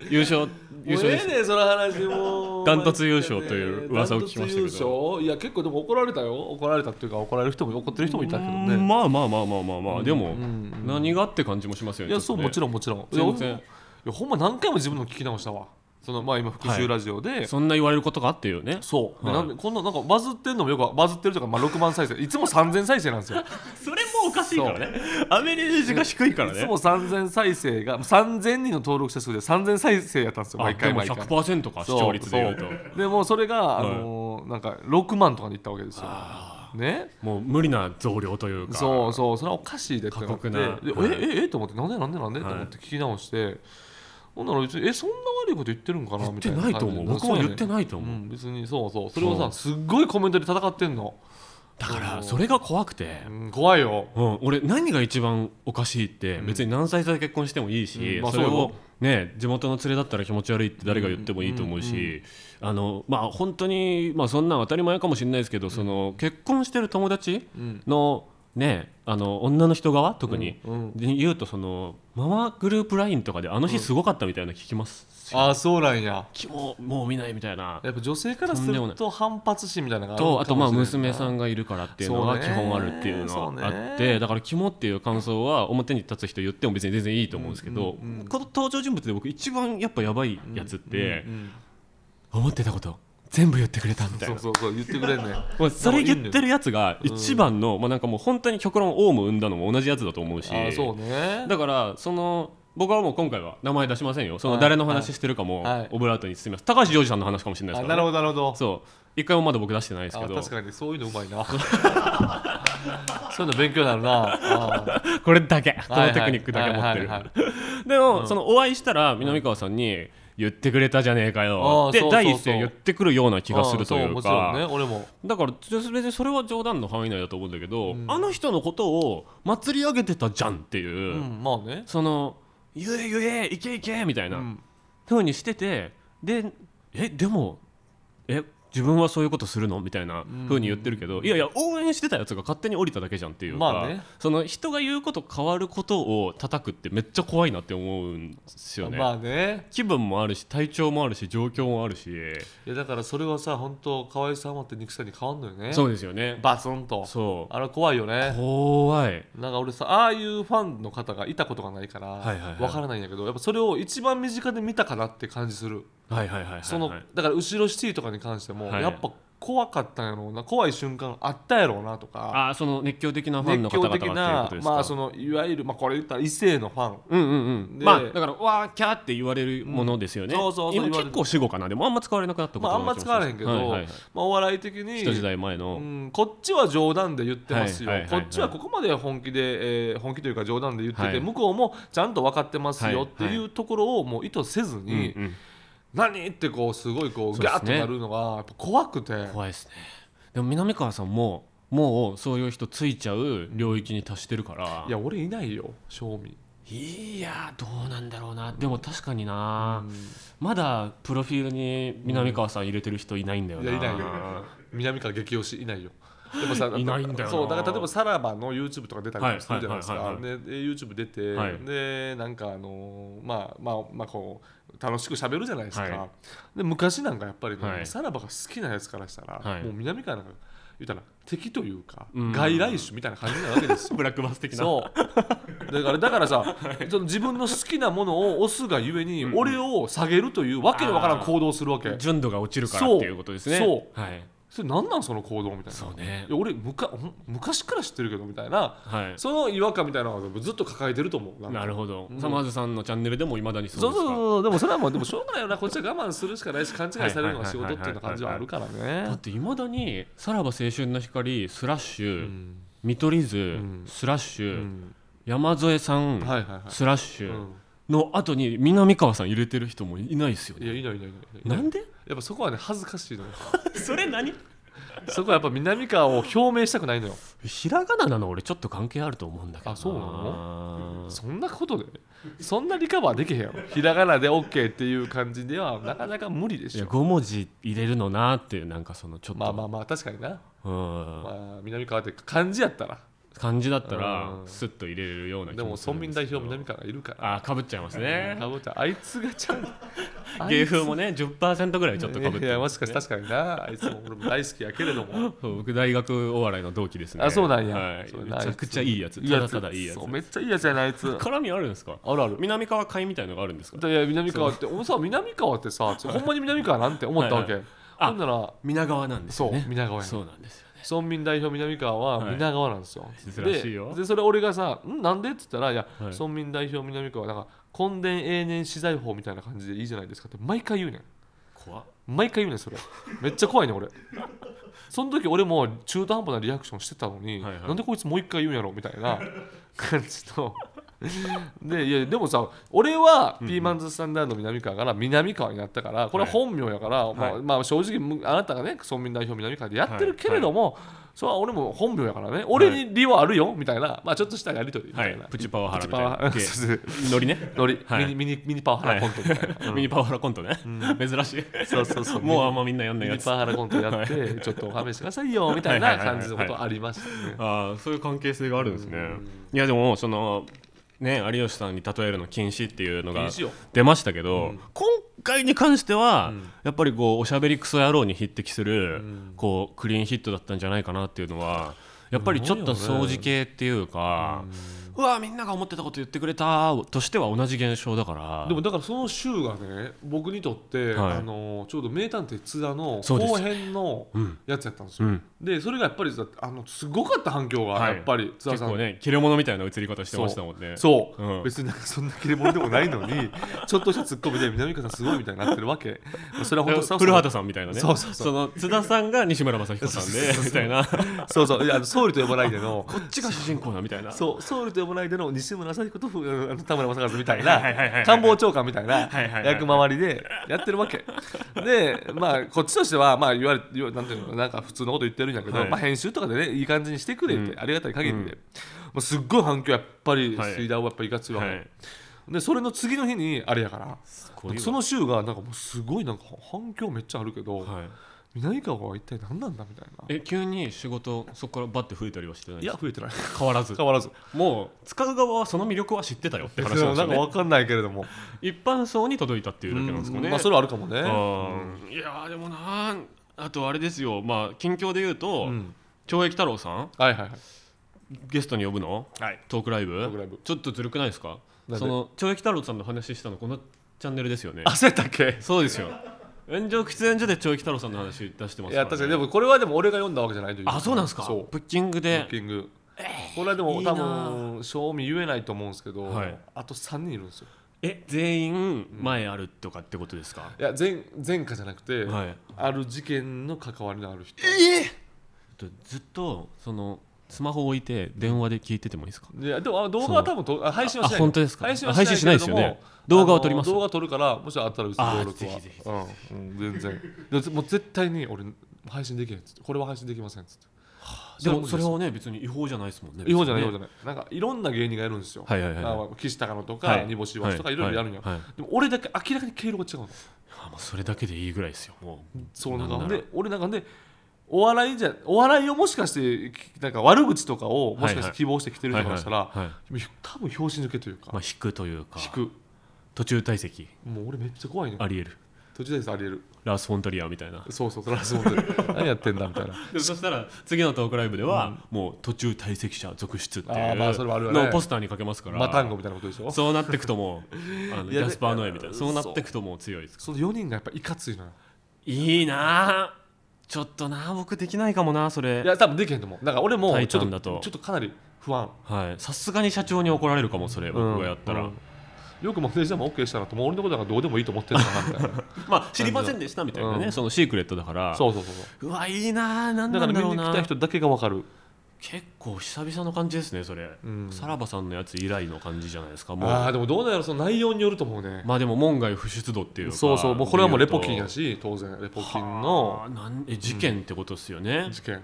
Speaker 1: 優勝優勝で
Speaker 2: も
Speaker 1: す
Speaker 2: うええねんその話も う
Speaker 1: ダントツ優勝という噂を聞きましたけど
Speaker 2: ダントツ優勝いや結構でも怒られたよ怒られたっていうか怒られる人も怒ってる人もいたけど
Speaker 1: うん
Speaker 2: ね
Speaker 1: まあまあまあまあまあまあ、でも、
Speaker 2: うんうん
Speaker 1: 何がって感じもしますよ
Speaker 2: い
Speaker 1: ね
Speaker 2: やそうもち
Speaker 1: ろ
Speaker 2: ろんもちろん
Speaker 1: 全
Speaker 2: い
Speaker 1: 然
Speaker 2: や俺もいやほんま何回も自分の聞き直したわそのまあ今復習ラジオで、
Speaker 1: そんな言われることがあっていうね
Speaker 2: そう、で
Speaker 1: はい
Speaker 2: なんでこんななんかバズってんのもよくバズってるとか、まあ、6万再生いつも3000再生なん ですよ
Speaker 1: それもおかしいからねアメリカが低いから
Speaker 2: いつも3000再生が3000人の登録者数で3000再生やったんですよ
Speaker 1: あ
Speaker 2: 毎
Speaker 1: で
Speaker 2: 回
Speaker 1: も
Speaker 2: 毎回
Speaker 1: 100%か視聴率でいうと
Speaker 2: そうそうでもうそれが、
Speaker 1: い
Speaker 2: あのーなんか6万とかにいったわけですよね
Speaker 1: もう無理な増量というか
Speaker 2: そうそうそれはおかしいでってなっ
Speaker 1: 過
Speaker 2: て
Speaker 1: 酷な
Speaker 2: で
Speaker 1: はい
Speaker 2: えええと思ってなんでなんでなんで、
Speaker 1: はい
Speaker 2: と思って聞き直してほんなら別にえそんな悪いこと言ってるんかな
Speaker 1: 言っ
Speaker 2: みた
Speaker 1: て
Speaker 2: いな
Speaker 1: ないと思う僕も言って
Speaker 2: い
Speaker 1: ないと
Speaker 2: う
Speaker 1: 思う、
Speaker 2: ん、別にそうそうそれをさすっごいコメントで戦ってんの
Speaker 1: だからそれが怖くて、
Speaker 2: うん怖いよ
Speaker 1: うん、俺何が一番おかしいって別に何歳差で結婚してもいいし、
Speaker 2: うんまあ
Speaker 1: それ
Speaker 2: そうよ
Speaker 1: を、ね、地元の連れだったら気持ち悪いって誰が言ってもいいと思うし、あのまあ本当に、まあ、そんなん当たり前かもしれないですけどその結婚してる友達
Speaker 2: うん
Speaker 1: の,、ね、あの女の人側特に、
Speaker 2: うんうん
Speaker 1: で言うとそのママグループ LINE とかであの日すごかったみたいなの聞きますし、
Speaker 2: ああそうなんや
Speaker 1: きもうもう見ないみたいな。
Speaker 2: やっぱ女性からす
Speaker 1: とんでもな
Speaker 2: る
Speaker 1: い
Speaker 2: と反発心みたいなのが
Speaker 1: と
Speaker 2: る
Speaker 1: あ
Speaker 2: か
Speaker 1: と
Speaker 2: も
Speaker 1: まあ
Speaker 2: しれんな
Speaker 1: 娘さんがいるからっていうのが
Speaker 2: そうね
Speaker 1: 基本あるっていうのがあっ
Speaker 2: そう
Speaker 1: て
Speaker 2: ね
Speaker 1: だから「肝」っていう感想は表に立つ人言っても別に全然いいと思うんですけど
Speaker 2: うんうんうん
Speaker 1: この登場人物で僕一番やっぱやばいやつっ
Speaker 2: う
Speaker 1: て
Speaker 2: んうん
Speaker 1: 思ってたこと全部言ってくれたみたい
Speaker 2: そ
Speaker 1: な
Speaker 2: うそうそう言ってくれん ねん
Speaker 1: もうそれ言ってるやつが一番のまあなんかもう本当に極論オウム生んだのも同じやつだと思うし
Speaker 2: ああそうね
Speaker 1: だからその僕はもう今回は名前出しませんよその誰の話してるかも
Speaker 2: はいはい
Speaker 1: オブラートに包みます高橋ジョージさんの話かもしれない
Speaker 2: あ
Speaker 1: です
Speaker 2: な
Speaker 1: から
Speaker 2: る
Speaker 1: ね
Speaker 2: ほどなるほど
Speaker 1: そう一回もまだ僕出してないですけ
Speaker 2: あ
Speaker 1: ど
Speaker 2: 確かにそういうのうまい なそういうの勉強になるなあ
Speaker 1: これだけこ
Speaker 2: はい
Speaker 1: のテ
Speaker 2: はい
Speaker 1: クニックだけ持ってる
Speaker 2: はいはい
Speaker 1: でも、そのお会いしたら南川さんに「言ってくれたじゃねえか
Speaker 2: あ
Speaker 1: よ」
Speaker 2: あ
Speaker 1: って
Speaker 2: そうそうそう
Speaker 1: 第一声言ってくるような気がするとい
Speaker 2: んそうもちろんね
Speaker 1: か
Speaker 2: 俺も
Speaker 1: だから別にそれは冗談の範囲内だと思うんだけど
Speaker 2: ん
Speaker 1: あの人のことを祭り上げてたじゃんって
Speaker 2: う
Speaker 1: いうん
Speaker 2: まあね
Speaker 1: その「ゆえゆえいけいけ」みたいうなんふうにしててで「えでもえ自分はそういうことするの?」みたいなふうに言ってるけどいやいや応援してたやつが勝手に降りただけじゃんっていうか、
Speaker 2: まあね
Speaker 1: その人が言うこと変わることを叩くってめっちゃ怖いなって思うんですよね。
Speaker 2: まあね
Speaker 1: 気分もあるし体調もあるし状況もあるし
Speaker 2: いやだからそれはさ本当可愛さまって憎さに変わんのよね
Speaker 1: そうですよね
Speaker 2: バツンと
Speaker 1: そう
Speaker 2: あれ怖いよね
Speaker 1: 怖い
Speaker 2: なんか俺さああいうファンの方がいたことがないから
Speaker 1: はいはいはい
Speaker 2: わからないんやけどやっぱそれを一番身近で見たかなって感じする
Speaker 1: はいはいはいはいはい
Speaker 2: そのだから後ろシティとかに関しても
Speaker 1: はい
Speaker 2: やっぱ怖かったんやろうな怖い瞬間あったやろうなとか
Speaker 1: あーその熱狂的なファン
Speaker 2: 熱
Speaker 1: の方々がっていう
Speaker 2: 狂的
Speaker 1: こ
Speaker 2: な
Speaker 1: とですか
Speaker 2: まあそのいわゆるまあこれ言ったら異性のファン
Speaker 1: うんうんうん
Speaker 2: で
Speaker 1: まあだからわーキャーって言われるものですよね、
Speaker 2: うんそうそうそう
Speaker 1: 今
Speaker 2: 言われる
Speaker 1: 結構死後かなでもあんま使われなくなったこと
Speaker 2: まああんま使われへんけど
Speaker 1: はいはいはい
Speaker 2: まあお笑い的に
Speaker 1: 一時代前の、
Speaker 2: うん、こっちは冗談で言ってますよ、
Speaker 1: はいはいはいはい
Speaker 2: こっちはここまで本気で、えー本気というか冗談で言ってて、
Speaker 1: はい
Speaker 2: 向こうもちゃんと分かってます
Speaker 1: はいは
Speaker 2: よ
Speaker 1: い
Speaker 2: っていうところをもう意図せず
Speaker 1: うんう
Speaker 2: に、
Speaker 1: ん、
Speaker 2: 何ってこうすごいこ
Speaker 1: そう
Speaker 2: うギ
Speaker 1: で
Speaker 2: ャー
Speaker 1: す
Speaker 2: ッ
Speaker 1: ね
Speaker 2: となるのがやっぱ怖くて
Speaker 1: 怖いですねでも南川さんももうそういう人ついちゃう領域に達してるから
Speaker 2: いや俺いないよ正味、
Speaker 1: いやどうなんだろうなでも確かにな、
Speaker 2: うん
Speaker 1: まだプロフィールに南川さん入れてる人いないんだよ
Speaker 2: い
Speaker 1: な、
Speaker 2: やいないよ南川激推しいないよでもさ
Speaker 1: いないんだよな
Speaker 2: そうだから例えばさらばの YouTube とか出たりとかするじゃないですか、
Speaker 1: はいはいはい
Speaker 2: でで YouTube 出て、
Speaker 1: はい
Speaker 2: でなんかあのーまあまあまあこう楽しく喋るじゃないですか、
Speaker 1: は
Speaker 2: で昔なんかやっぱりね、
Speaker 1: はい
Speaker 2: さらばが好きなやつからしたら、
Speaker 1: はい
Speaker 2: もう南川なんか言ったら敵というか、
Speaker 1: うん
Speaker 2: 外来種みたいな感じなわ けですよ
Speaker 1: ブラックバス的な
Speaker 2: そうだから だからさその自分の好きなものを押すがゆえに、俺を下げるというわけのわからん行動をするわけ
Speaker 1: 純度が落ちるから
Speaker 2: そう
Speaker 1: っていうことですね
Speaker 2: そ
Speaker 1: はい
Speaker 2: それ何なんその行動みたいな
Speaker 1: そうね
Speaker 2: いや俺むかほん昔から知ってるけどみたいな
Speaker 1: はい
Speaker 2: その違和感みたいなのをずっと抱えてると思うなんか
Speaker 1: なるほど、
Speaker 2: うん
Speaker 1: さまずさんのチャンネルでもいまだにそ
Speaker 2: そうう
Speaker 1: です
Speaker 2: そう
Speaker 1: か
Speaker 2: そうでもそれはもうでもしょうがないよなこっちは我慢するしかないし勘違いされるのが仕事っていうような感じはあるから
Speaker 1: だっ
Speaker 2: ね
Speaker 1: ていまだに「さらば青春の光」スラッシュ、
Speaker 2: うん
Speaker 1: 見取り図、
Speaker 2: ん
Speaker 1: スラッシ
Speaker 2: う
Speaker 1: ュ、
Speaker 2: ん
Speaker 1: 山添さん、
Speaker 2: はいはいはい
Speaker 1: スラッシ
Speaker 2: う
Speaker 1: ュ
Speaker 2: ん
Speaker 1: の後に南川さん入れてる人もいないですよ
Speaker 2: いや
Speaker 1: ね。
Speaker 2: いないいないいない
Speaker 1: なんで
Speaker 2: やっぱそこはね恥ずかしいのよ
Speaker 1: それ何
Speaker 2: そこはやっぱ南川を表明したくないのよ
Speaker 1: ひらがななの俺ちょっと関係あると思うんだけど
Speaker 2: あそうな
Speaker 1: の
Speaker 2: そんなことでそんなリカバーできへんやろひらがなで OK っていう感じではなかなか無理で
Speaker 1: い
Speaker 2: し
Speaker 1: や
Speaker 2: ょ
Speaker 1: 5文字入れるのなっていうなんかそのちょっと、
Speaker 2: まあまあまあ確かにな
Speaker 1: うん
Speaker 2: まあ南川って漢字やったら
Speaker 1: 感じだったら
Speaker 2: うん
Speaker 1: スッと入れれるような気
Speaker 2: でも
Speaker 1: する
Speaker 2: 村
Speaker 1: ん
Speaker 2: 民
Speaker 1: す
Speaker 2: 代
Speaker 1: けど
Speaker 2: 表南川がいるから
Speaker 1: あかぶっちゃいますね
Speaker 2: かぶったあいつがちゃんと
Speaker 1: 芸風もね10%ぐらいちょっとかぶっ
Speaker 2: い
Speaker 1: て
Speaker 2: や
Speaker 1: ま
Speaker 2: も
Speaker 1: す
Speaker 2: しかして確かになあいつも俺も大好きやけ れども
Speaker 1: そう僕大学お笑いの同期ですね
Speaker 2: あそうなんや、
Speaker 1: はい、
Speaker 2: そう
Speaker 1: めちゃくちゃいいやつ
Speaker 2: いい
Speaker 1: た
Speaker 2: や
Speaker 1: だ
Speaker 2: つ
Speaker 1: ただいいやつ
Speaker 2: そうめっちゃいいやつやなあいつ
Speaker 1: 絡みあるんですか
Speaker 2: あるある
Speaker 1: 南川会みたいのがあるんですか
Speaker 2: いや南川って俺さ南川ってさほんまに南川なんて思ったわけ
Speaker 1: はいあ
Speaker 2: ほんなら
Speaker 1: 皆川なんですよね
Speaker 2: そう皆川やね
Speaker 1: そうなんですよね
Speaker 2: 村民代表南川は
Speaker 1: はい
Speaker 2: 皆川なんですよ、
Speaker 1: 珍しいよ
Speaker 2: ででそれ俺がさ「んなんで?」って言ったら「いや、
Speaker 1: はい
Speaker 2: 村民代表南川はなんか根田永年資材法みたいな感じでいいじゃないですか」って毎回言うねん
Speaker 1: 怖っ
Speaker 2: 毎回言うねんそれめっちゃ怖いねん俺その時俺も中途半端なリアクションしてたのに、
Speaker 1: はいはい
Speaker 2: なんでこいつもう一回言うんやろみたいな感じのでいやでもさ俺はピーマンズスタンダード南川から南川になったからこれは本名やから、まあまあ、正直むあなたがね村民代表南川でやってるけれども、それは俺も本名やからね俺に利はあるよみたいな、まあ、ちょっとしたやり取りみた
Speaker 1: はいい
Speaker 2: な、、
Speaker 1: プチパワハラ
Speaker 2: プチ
Speaker 1: み
Speaker 2: パ
Speaker 1: たい
Speaker 2: ワ
Speaker 1: な
Speaker 2: ー そうそう
Speaker 1: ノリね
Speaker 2: ノリ、
Speaker 1: はい
Speaker 2: ミニミニミニパワハラコントみたいな、
Speaker 1: ミニパワハラコントね、珍しい
Speaker 2: そうそうそう
Speaker 1: もうあんまみんなやんない
Speaker 2: ミ
Speaker 1: や
Speaker 2: ニ
Speaker 1: つ
Speaker 2: パワハラコントやって、ちょっとお試しくださいよみたいな感じのことありましたね。
Speaker 1: ああそういう関係性があるんですね、いやでもそのね有吉さんに例えるの禁止っていうのが
Speaker 2: 禁止よ
Speaker 1: 出ましたけど、今回に関しては、やっぱりこうおしゃべりクソ野郎に匹敵する、こうクリーンヒットだったんじゃないかなっていうのはやっぱりちょっと掃除系っていうか、うわみんなが思ってたこと言ってくれたとしては同じ現象だから
Speaker 2: でもだからその週がね僕にとって、
Speaker 1: はい
Speaker 2: あのちょうど名探偵津田の
Speaker 1: そうです
Speaker 2: 後編のやつやったんです
Speaker 1: う
Speaker 2: よ。
Speaker 1: ん、
Speaker 2: でそれがやっぱりさあのすごかった反響が、
Speaker 1: はい
Speaker 2: やっぱり津田
Speaker 1: 結
Speaker 2: さん
Speaker 1: 構ね切れ者みたいな映り方してましたもんね
Speaker 2: そう、
Speaker 1: うん
Speaker 2: 別になんかそんな切れ者でもないのに ちょっとしたツッコミで南川さんすごいみたいになってるわけそれは本当スタッフ
Speaker 1: 古
Speaker 2: さん
Speaker 1: 畑さんみたいなね
Speaker 2: そうそうそう
Speaker 1: の津田さんが西村正彦さんでみたい な
Speaker 2: そうそういやあの総理と呼ばないでの
Speaker 1: こっちが主人公だみたいな。
Speaker 2: そう総理と呼ばないでの西村雅彦とふあの田村正和みたいな
Speaker 1: はいはいはいはい
Speaker 2: 官房長官みたいな
Speaker 1: はいはいはい
Speaker 2: 役回りでやってる わけでまあこっちとしてはまあ言われ言わなんていうのなんか普通のこと言ってるんやけど、
Speaker 1: はい
Speaker 2: まあ、編集とかでねいい感じにしてくれって、
Speaker 1: うん
Speaker 2: ありがたい限りで、
Speaker 1: うん
Speaker 2: もうすっごい反響やっぱり
Speaker 1: はい
Speaker 2: 水田をやっぱいかついわけ、
Speaker 1: はい。
Speaker 2: でそれの次の日にあれやから
Speaker 1: こういう
Speaker 2: その週がなんかもうすごいなんか反響めっちゃあるけど、
Speaker 1: はい。
Speaker 2: 南川は一体何なんだみたいな
Speaker 1: え急に仕事そこからバッて増えたりはしてない。
Speaker 2: いや増えてない
Speaker 1: 変わらず。
Speaker 2: 変わらず
Speaker 1: もう使う側はその魅力は知ってたよって話
Speaker 2: で
Speaker 1: なん
Speaker 2: も
Speaker 1: です
Speaker 2: な
Speaker 1: よ
Speaker 2: んか
Speaker 1: ね。
Speaker 2: わかんないけれども
Speaker 1: 一般層に届いたっていうだけなんですか
Speaker 2: う
Speaker 1: ね。
Speaker 2: まあそれはあるかもね
Speaker 1: あーいやーでもなーあとあれですよ。まあ近況で言うと、
Speaker 2: うん
Speaker 1: 懲役太郎さん
Speaker 2: はいはいはい
Speaker 1: ゲストに呼ぶの？
Speaker 2: はい
Speaker 1: トークライ
Speaker 2: ークライ
Speaker 1: ブ
Speaker 2: ブ？
Speaker 1: ちょっとずるくないですか？
Speaker 2: なんで
Speaker 1: その懲役太郎さんの話したのこのチャンネルですよね。
Speaker 2: 焦ったっけ
Speaker 1: そうですよ。炎上喫煙所で懲役太郎さんの話出してますから、ね。
Speaker 2: いや確かにでもこれはでも俺が読んだわけじゃないという
Speaker 1: あそうなんですか
Speaker 2: そう
Speaker 1: ブッキング
Speaker 2: ブ
Speaker 1: で
Speaker 2: ッキングこれはでも
Speaker 1: いいな
Speaker 2: 多分賞味言えないと思うんですけど、
Speaker 1: はい
Speaker 2: あと3人いるんですよ
Speaker 1: え全員前あるとかってことですか、
Speaker 2: いや前前科じゃなくて、
Speaker 1: はい
Speaker 2: ある事件の関わりのある人
Speaker 1: ずっとそのスマホ置いて電話で聞いててもいいですか
Speaker 2: いやでもあ動画は多分とあ配信はしない
Speaker 1: あ本当ですか
Speaker 2: 配信は
Speaker 1: あ配信しないですよね
Speaker 2: けれども
Speaker 1: 動画は撮ります
Speaker 2: あの動画撮るからもしあったらうちの登録は
Speaker 1: あぜひぜひ
Speaker 2: うんうん全然でももう絶対に俺配信できへんっつってこれは配信できませんっつって
Speaker 1: でもそれ
Speaker 2: そうです
Speaker 1: はね別に違法じゃないですもんね
Speaker 2: 違法じゃない違法
Speaker 1: 別
Speaker 2: じ
Speaker 1: に
Speaker 2: ゃないなんかいろんな芸人がいるんですよ
Speaker 1: はいはいはいはい
Speaker 2: あ岸高野と
Speaker 1: は
Speaker 2: か
Speaker 1: い
Speaker 2: 煮干しわしとかいろいろやるんや
Speaker 1: はいはい
Speaker 2: でも俺だけ明らかに経路が違うの
Speaker 1: あもうそれだけでいいぐらいですよもう
Speaker 2: そうなん
Speaker 1: な
Speaker 2: か
Speaker 1: んなら
Speaker 2: で俺なんかねお笑いじゃお笑いをもしかしてなんか悪口とかをもしかして希望してきてるとかしたら
Speaker 1: はいはいはい
Speaker 2: 多分拍子抜けというか
Speaker 1: まあ引くというか
Speaker 2: 引く
Speaker 1: 途中退席
Speaker 2: もう俺めっちゃ怖いね
Speaker 1: ありえる
Speaker 2: 途中でありえる
Speaker 1: ラース・フォントリアみたいな
Speaker 2: そうそう、トランスモーテル。 何やってんだみたいな。
Speaker 1: でもそしたら次のトークライブでは、もう途中退席者続出ってい
Speaker 2: あー
Speaker 1: う
Speaker 2: まあそれはあるわね
Speaker 1: のをポスターにかけますから
Speaker 2: マタンゴみたいなことでしょ。
Speaker 1: そうなってくともうあの
Speaker 2: い
Speaker 1: ジ
Speaker 2: や
Speaker 1: ャスパー・ノエみたい
Speaker 2: い
Speaker 1: な
Speaker 2: や
Speaker 1: そうなってくともう強いです
Speaker 2: その4人がやっぱいかついのよ。
Speaker 1: いいなあちょっとなあ僕できないかもなあそ
Speaker 2: い
Speaker 1: れ
Speaker 2: や、多分できへんと思う。だから俺も
Speaker 1: タイ
Speaker 2: ちょ
Speaker 1: タ
Speaker 2: っ
Speaker 1: ン
Speaker 2: と
Speaker 1: だと
Speaker 2: ちょっとかなり不安。
Speaker 1: はいさすがに社長に怒られるかもそれ
Speaker 2: うん
Speaker 1: 僕がやったら、
Speaker 2: うんよくマネージャーも OK したなと、もう俺のことなんかどうでもいいと思ってるのかなみたいな。
Speaker 1: まあ知りませんでしたみたいなね、
Speaker 2: うん
Speaker 1: そのシークレットだから
Speaker 2: そうそうそうそう。
Speaker 1: うわいいなあなん
Speaker 2: だ
Speaker 1: な
Speaker 2: か
Speaker 1: ん
Speaker 2: ら
Speaker 1: だろ
Speaker 2: 見
Speaker 1: う
Speaker 2: に来
Speaker 1: な
Speaker 2: た人だけがわかる。
Speaker 1: 結構久々の感じですねそれ、
Speaker 2: うん
Speaker 1: さらばさんのやつ以来の感じじゃないですかも
Speaker 2: ああ、
Speaker 1: う
Speaker 2: でもどうなんやろ、その内容によると思うね。
Speaker 1: まあでも門外不出度っていうか
Speaker 2: そうそう、もうこれはもうレポキン
Speaker 1: や
Speaker 2: やし、当然、レポキンの
Speaker 1: なんえ事件ってことですよね、
Speaker 2: 事件。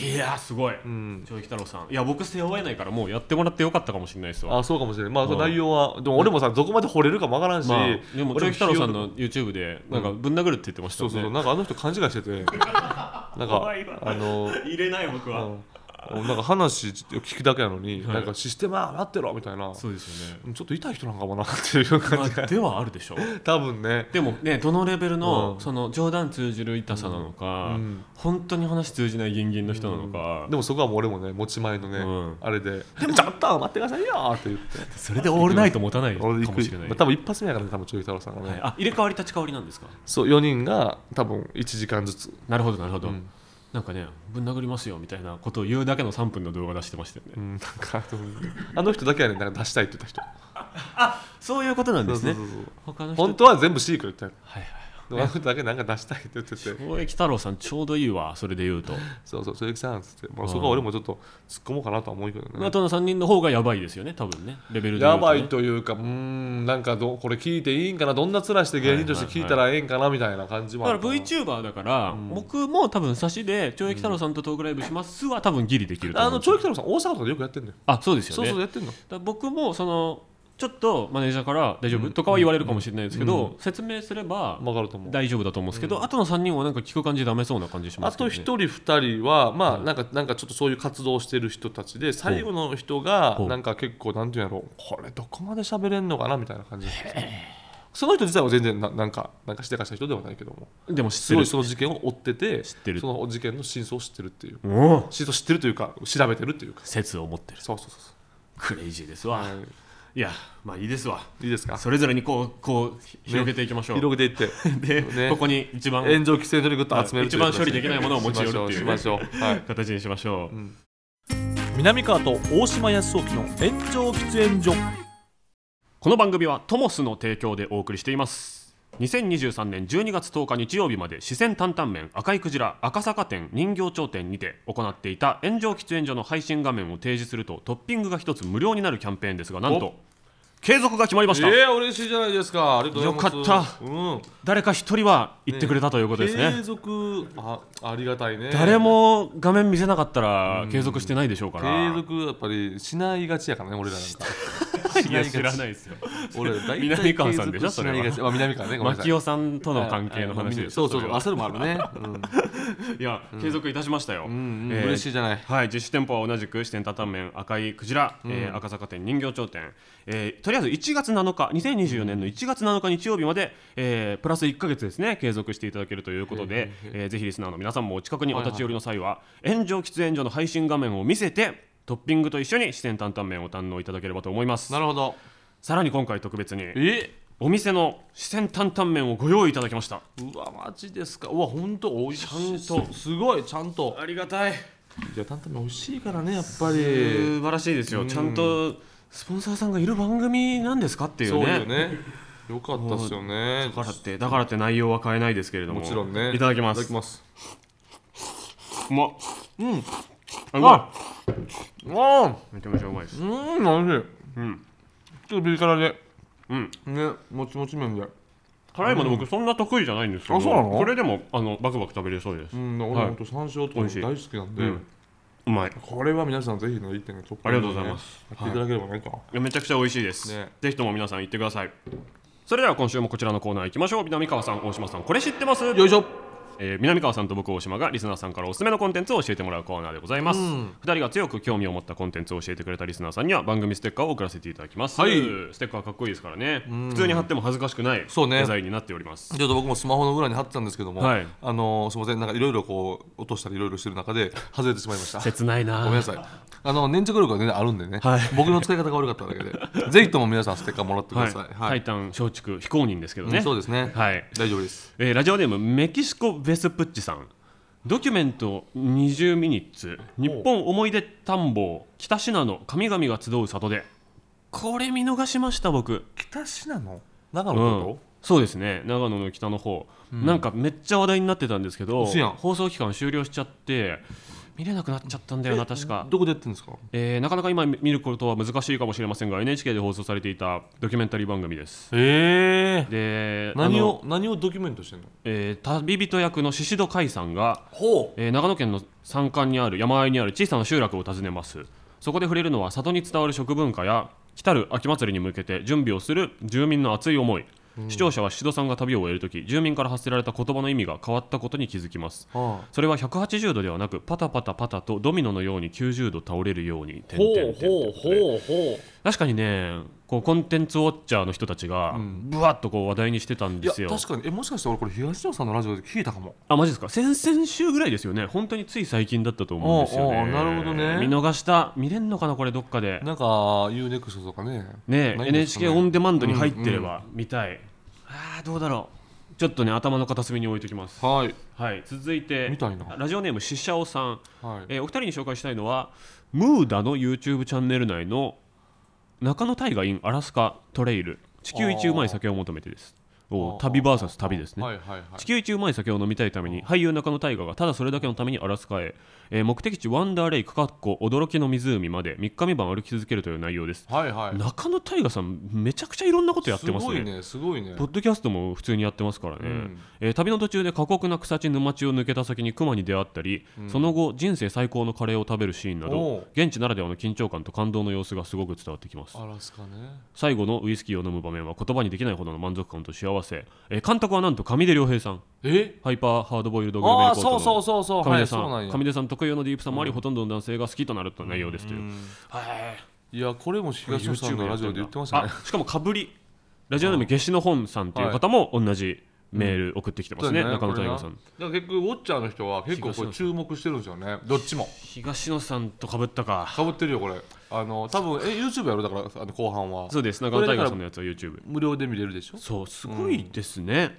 Speaker 1: いやすごい、
Speaker 2: うん。
Speaker 1: 長太郎さんいや僕背負えないからもうやってもらってよかったかもしれないですわ
Speaker 2: あそうかもしれない。まあ、その
Speaker 1: うん
Speaker 2: 内容は、でも俺もさ、どこまで掘れるかもわからんし、
Speaker 1: まあ、でも
Speaker 2: 俺
Speaker 1: 長太
Speaker 2: も
Speaker 1: 郎さんの YouTube でなんかぶん殴るって言ってました
Speaker 2: そ
Speaker 1: も
Speaker 2: うんそう
Speaker 1: ね、
Speaker 2: そう、なんかあの人勘違いして て、なんか
Speaker 1: 怖いわ、
Speaker 2: あの、
Speaker 1: 入れない僕は、
Speaker 2: うんなんか話聞くだけなのに、
Speaker 1: はい
Speaker 2: なんかシステムは待ってろみたいな、ちょ
Speaker 1: そうですよね、
Speaker 2: っと痛い人なんかもなっていう感
Speaker 1: ま
Speaker 2: じが、
Speaker 1: あ、ではあるでしょう
Speaker 2: 多分ね、
Speaker 1: でもねどのレベルの,、
Speaker 2: うん
Speaker 1: その冗談通じる痛さなのか、
Speaker 2: うん
Speaker 1: 本当に話通じないギンギンの人なのか、
Speaker 2: でもそこはもう俺もね、持ち前のね、
Speaker 1: うん
Speaker 2: あれで、ちょっと待ってくださいよって言って、
Speaker 1: それでオールナイト持たないか
Speaker 2: 俺行
Speaker 1: も
Speaker 2: く
Speaker 1: しれない、
Speaker 2: まあ、多分一発目やからね、多分ちょい太郎さんがね、
Speaker 1: はいあ入れ替わり立ち替わりなんですか
Speaker 2: そう、4人が多分1時間ずつ、
Speaker 1: なるほどなるほど、
Speaker 2: うん
Speaker 1: なんかねぶん殴りますよみたいなことを言うだけの3分の動画出してましたよね、
Speaker 2: うん、なんか、あの人だけやねん、なんか出したいって言った人、
Speaker 1: そういうことなんですね
Speaker 2: そうそうそう
Speaker 1: 他の人
Speaker 2: 本当は全部シークレットや
Speaker 1: はいはい
Speaker 2: でもあなただけなんか出したいって言ってて
Speaker 1: 貿易太郎さんちょうどいいわそれで言うと
Speaker 2: そうそう鈴木さんっつって、まあ、そこは俺もちょっと突っ込もうかなとは思うけどね、
Speaker 1: あとの3人の方がやばいですよね多分ねレベルで言
Speaker 2: や
Speaker 1: うと
Speaker 2: ば
Speaker 1: ね
Speaker 2: いというかうーんなんかどこれ聞いていいんかなどんな面して芸人として聞いたらええんかなみたいな感じ
Speaker 1: だ
Speaker 2: も
Speaker 1: か
Speaker 2: あ
Speaker 1: ら
Speaker 2: る
Speaker 1: VTuber だから、僕も多分差しで「懲役太郎さんとトークライブします」は多分ギリできると
Speaker 2: あ
Speaker 1: 思う
Speaker 2: の長期太郎さん大阪とかでよくやってんのよ
Speaker 1: あそうですよ
Speaker 2: そう
Speaker 1: ね
Speaker 2: そうやってんの
Speaker 1: だから僕もそのちょっとマネージャーから「大丈夫?」とかは言われるかもしれないですけど、説明すれば
Speaker 2: 分かると思う
Speaker 1: 大丈夫だと思うんですけど、後の3人はなんか聞く感じダメそうな感じしま
Speaker 2: あ
Speaker 1: すけど、
Speaker 2: と
Speaker 1: ね、
Speaker 2: 1人2人はまあなんかなんかちょっとそういう活動をしてる人たちで最後の人が
Speaker 1: ほう
Speaker 2: なんか結構なんていうんやろうこれどこまで喋れんのかなみたいな感じその人自体は全然ななんかなんかしてかした人ではないけども
Speaker 1: でも知
Speaker 2: す
Speaker 1: って
Speaker 2: ごい
Speaker 1: る
Speaker 2: その事件を追ってて
Speaker 1: 知ってる
Speaker 2: その事件の真相を知ってるっていう
Speaker 1: おお
Speaker 2: 真相を知ってるというか調べてるっていうか
Speaker 1: 説を持ってる
Speaker 2: そうそうそうそう
Speaker 1: クレイジーですわ、、
Speaker 2: はい
Speaker 1: やまあいいですわ
Speaker 2: いいですか
Speaker 1: それぞれにこうこう広げていきましょう、
Speaker 2: 広 げていって
Speaker 1: で、
Speaker 2: ね
Speaker 1: ここに一番
Speaker 2: 炎上規制努力と集めるという
Speaker 1: 一番処理できないものを持ち寄るっていう
Speaker 2: しましょうしましょうはい
Speaker 1: 形にしましょう、
Speaker 2: 南川と大島康雄の炎上喫煙所
Speaker 1: この番組はトモスの提供でお送りしています2023年12月10日日曜日まで四川担々麺赤いクジラ赤坂店人形町店にて行っていた炎上喫煙所の配信画面を提示するとトッピングが一つ無料になるキャンペーンですがなんと継続が決まりました
Speaker 2: ええ嬉しいじゃないですかありがとうございます
Speaker 1: よか
Speaker 2: った、うん、
Speaker 1: 誰か一人は言ってくれたということですね
Speaker 2: 継続あありがたいね
Speaker 1: 誰も画面見せなかったら継続してないでしょうから
Speaker 2: 継続やっぱりしないがちやからね俺らなんか
Speaker 1: いや知らないですよ
Speaker 2: 俺ら大体
Speaker 1: 南川さんでしょ
Speaker 2: 継続ないがち
Speaker 1: そ
Speaker 2: あ南川ねごめんなさ
Speaker 1: 牧
Speaker 2: い
Speaker 1: 雄さんとの関係の話です
Speaker 2: そうそうそうあそれもある ね、
Speaker 1: いや継続いたしましたよ、
Speaker 2: うんうん
Speaker 1: えー
Speaker 2: 嬉しいじゃない
Speaker 1: はい、実施店舗は同じく支店担々麺赤いクジラ、えー赤坂店人形町店、えーとりあえず1月7日2024年の1月7日日曜日まで、えープラス1か月ですね継続していただけるということで、えーぜひリスナーの皆さんもお近くにお立ち寄りの際は炎上喫煙所の配信画面を見せてトッピングと一緒に支店担々麺を堪能いただければと思います
Speaker 2: なるほど
Speaker 1: さらに今回特別に
Speaker 2: え
Speaker 1: お店の四川担々麺をご用意いただきました
Speaker 2: うわマジですかうわ本当美味しい
Speaker 1: ちゃんと
Speaker 2: すごいちゃんと
Speaker 1: ありがたい
Speaker 2: いや担々麺美味しいからねやっぱり
Speaker 1: 素晴らしいですよ、ちゃんとスポンサーさんがいる番組なんですかっていうね
Speaker 2: そうよねよかったっすよね
Speaker 1: だからってだからって内容は変えないですけれども
Speaker 2: もちろんね
Speaker 1: いただきます
Speaker 2: いただきます
Speaker 1: うまっ
Speaker 2: うん
Speaker 1: うま
Speaker 2: あ
Speaker 1: いめちゃめちゃうまいです
Speaker 2: ーうん美味しい
Speaker 1: うん
Speaker 2: ちょっとピリ辛で
Speaker 1: うん
Speaker 2: ねもちもち麺で
Speaker 1: 辛いもの僕そんな得意じゃないんですけど
Speaker 2: あそうなの
Speaker 1: これでもあのバクバク食べれそうです、
Speaker 2: う、
Speaker 1: うん
Speaker 2: 俺
Speaker 1: はい
Speaker 2: ほんと山椒とか
Speaker 1: 美
Speaker 2: も
Speaker 1: 味しい
Speaker 2: 大好きなんで、
Speaker 1: んまい
Speaker 2: これは皆さんぜひの一点がトップ
Speaker 1: ありがとうございます
Speaker 2: やっていただければないか、
Speaker 1: いやめちゃくちゃ美味しいです、
Speaker 2: ね
Speaker 1: ぜひとも皆さん行ってくださいそれでは今週もこちらのコーナー行きましょう南川さん大島さんこれ知ってます
Speaker 2: よいしょ
Speaker 1: えー南川さんと僕大島がリスナーさんからおすすめのコンテンツを教えてもらうコーナーでございます、
Speaker 2: う
Speaker 1: 二
Speaker 2: ん
Speaker 1: 人が強く興味を持ったコンテンツを教えてくれたリスナーさんには番組ステッカーを送らせていただきます、
Speaker 2: はい
Speaker 1: ステッカーかっこいいですからね、普通に貼っても恥ずかしくない
Speaker 2: そうね
Speaker 1: デザインになっております
Speaker 2: ちょっと僕もスマホの裏に貼ってたんですけども、
Speaker 1: はい
Speaker 2: あのーすみませんなんかいろいろこう落としたりいろいろしてる中で外れてしまい ました
Speaker 1: 切ないな
Speaker 2: ごめんなさいあの粘着力が全然あるんでね、
Speaker 1: はい
Speaker 2: 僕の使い方が悪かっただけでぜひとも皆さんステッカーもらってく
Speaker 1: は
Speaker 2: だ
Speaker 1: い
Speaker 2: さい、はい
Speaker 1: タイタン松竹非公認ですけど
Speaker 2: うん
Speaker 1: ね、
Speaker 2: そうですね、
Speaker 1: はい
Speaker 2: 大丈夫です
Speaker 1: えーラジオネームメキシコ・ベスプッチさんドキュメント20ミニッツ日本思い出探訪北信濃神々が集う里でこれ見逃しました僕
Speaker 2: 北信濃長野
Speaker 1: う
Speaker 2: の
Speaker 1: ん、そうですね長野の北の方、なんかめっちゃ話題になってたんですけど
Speaker 2: 嘘やん
Speaker 1: 放送期間終了しちゃって見れなくなっちゃったんだよな確か、
Speaker 2: どこでやってるんですか
Speaker 1: えーなかなか今見ることは難しいかもしれませんが NHK で放送されていたドキュメンタリー番組です
Speaker 2: ええ
Speaker 1: で
Speaker 2: 何
Speaker 1: あの
Speaker 2: を何をドキュメントしてんの
Speaker 1: えー旅人役の宍戸海さんが
Speaker 2: ほ
Speaker 1: えー長野県の山間にある山あいにある小さな集落を訪ねますそこで触れるのは里に伝わる食文化や来たる秋祭りに向けて準備をする住民の熱い思い、視聴者は宍戸さんが旅を終える時住民から発せられた言葉の意味が変わったことに気づきます
Speaker 2: う、はあ
Speaker 1: それは180度ではなくパタパタパタとドミノのように90度倒れるように点
Speaker 2: ほ
Speaker 1: 々
Speaker 2: う
Speaker 1: 点々
Speaker 2: ほうほうほう
Speaker 1: 確かにねこうコンテンツウォッチャーの人たちがぶわっとこう話題にしてたん
Speaker 2: い
Speaker 1: で
Speaker 2: や
Speaker 1: すよ
Speaker 2: 確かにえもしかして俺これ東野さんのラジオで聞いたかも
Speaker 1: あマジですか先々週ぐらいですよね本当につい最近だったと思うんですよ
Speaker 2: おうお
Speaker 1: ね
Speaker 2: うなるほどね
Speaker 1: 見逃した見れんのかなこれどっかで
Speaker 2: なんか UNEXT とかね
Speaker 1: ね
Speaker 2: ないんですか
Speaker 1: NHK
Speaker 2: ね
Speaker 1: オンデマンドに入ってれば見たい、あーどうだろうちょっとね頭の片隅に置いときます
Speaker 2: はい
Speaker 1: はい続いて
Speaker 2: 見たいな
Speaker 1: ラジオネームししゃおさん、
Speaker 2: はい
Speaker 1: えーお二人に紹介したいのはムーダの YouTube チャンネル内の中野大河 in アラスカトレイル地球一うまい酒を求めてですを旅 VS 旅ですね
Speaker 2: はいはいはい
Speaker 1: 地球一うまい酒を飲みたいために俳優中野大河がただそれだけのためにアラスカへ、えー目的地ワンダーレイクかっこ驚きの湖まで3日3晩歩き続けるという内容です
Speaker 2: はいはい
Speaker 1: 中野大河さんめちゃくちゃいろんなことやってます
Speaker 2: すご
Speaker 1: ね
Speaker 2: いねすごいね
Speaker 1: ポッドキャストも普通にやってますからね、
Speaker 2: うん
Speaker 1: えー旅の途中で過酷な草地沼地を抜けた先に熊に出会ったり、その後人生最高のカレーを食べるシーンな
Speaker 2: お
Speaker 1: ど
Speaker 2: う
Speaker 1: 現地ならではの緊張感と感動の様子がすごく伝わってきます
Speaker 2: アラスカね
Speaker 1: 最後のウイスキーを飲む場面は言葉にできないほどの満足感と幸せ、えー監督はなんと上出良平さん
Speaker 2: え
Speaker 1: ハイパーハードボイルドグルメレ
Speaker 2: ああ
Speaker 1: ポー
Speaker 2: そ
Speaker 1: ト
Speaker 2: うそう
Speaker 1: の
Speaker 2: そうそう
Speaker 1: 上
Speaker 2: は
Speaker 1: 出
Speaker 2: いそ
Speaker 1: さ
Speaker 2: うなん
Speaker 1: ん
Speaker 2: や
Speaker 1: 上出さん特有のディープさもあり、ほとんどの男性が好きとなるという内容ですという、
Speaker 2: うん
Speaker 1: はい
Speaker 2: いやこれも東野さんのラジオで言ってましたね
Speaker 1: あしかもかぶりラジオネーム夏至の本さんっていう方も同じメール送ってきてますね、
Speaker 2: そうや
Speaker 1: 中野
Speaker 2: これ
Speaker 1: 大
Speaker 2: な
Speaker 1: 河さん
Speaker 2: だから結局ウォッチャーの人は結構これ注目してるんですよねどっちも
Speaker 1: 東野さんとかぶったか
Speaker 2: かぶってるよこれあの多分え YouTube やろだからあの後半は
Speaker 1: そうです中野大河さんのやつは YouTube
Speaker 2: 無料で見れるでしょ
Speaker 1: そうすごいですね、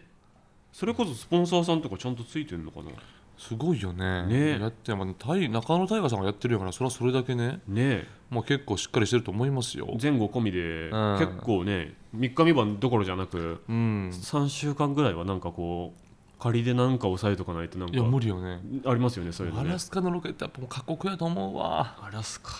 Speaker 1: それこそスポンサーさんとかちゃんとついてるのかなね
Speaker 2: すごいよね
Speaker 1: ね
Speaker 2: やってまあ大中野大河さんがやってるよからそれはそれだけね
Speaker 1: え
Speaker 2: まあ結構しっかりしてると思いますよ
Speaker 1: 前後込みで
Speaker 2: うん
Speaker 1: 結構ね3日3晩どころじゃなく
Speaker 2: うん
Speaker 1: 3週間ぐらいはなんかこう仮で何か押さえとかないとなん
Speaker 2: いや
Speaker 1: か
Speaker 2: 無理よね
Speaker 1: ありますよねそういうの
Speaker 2: ア
Speaker 1: ね
Speaker 2: ラスカのロケってやっぱもう過酷やと思うわ
Speaker 1: アラスカ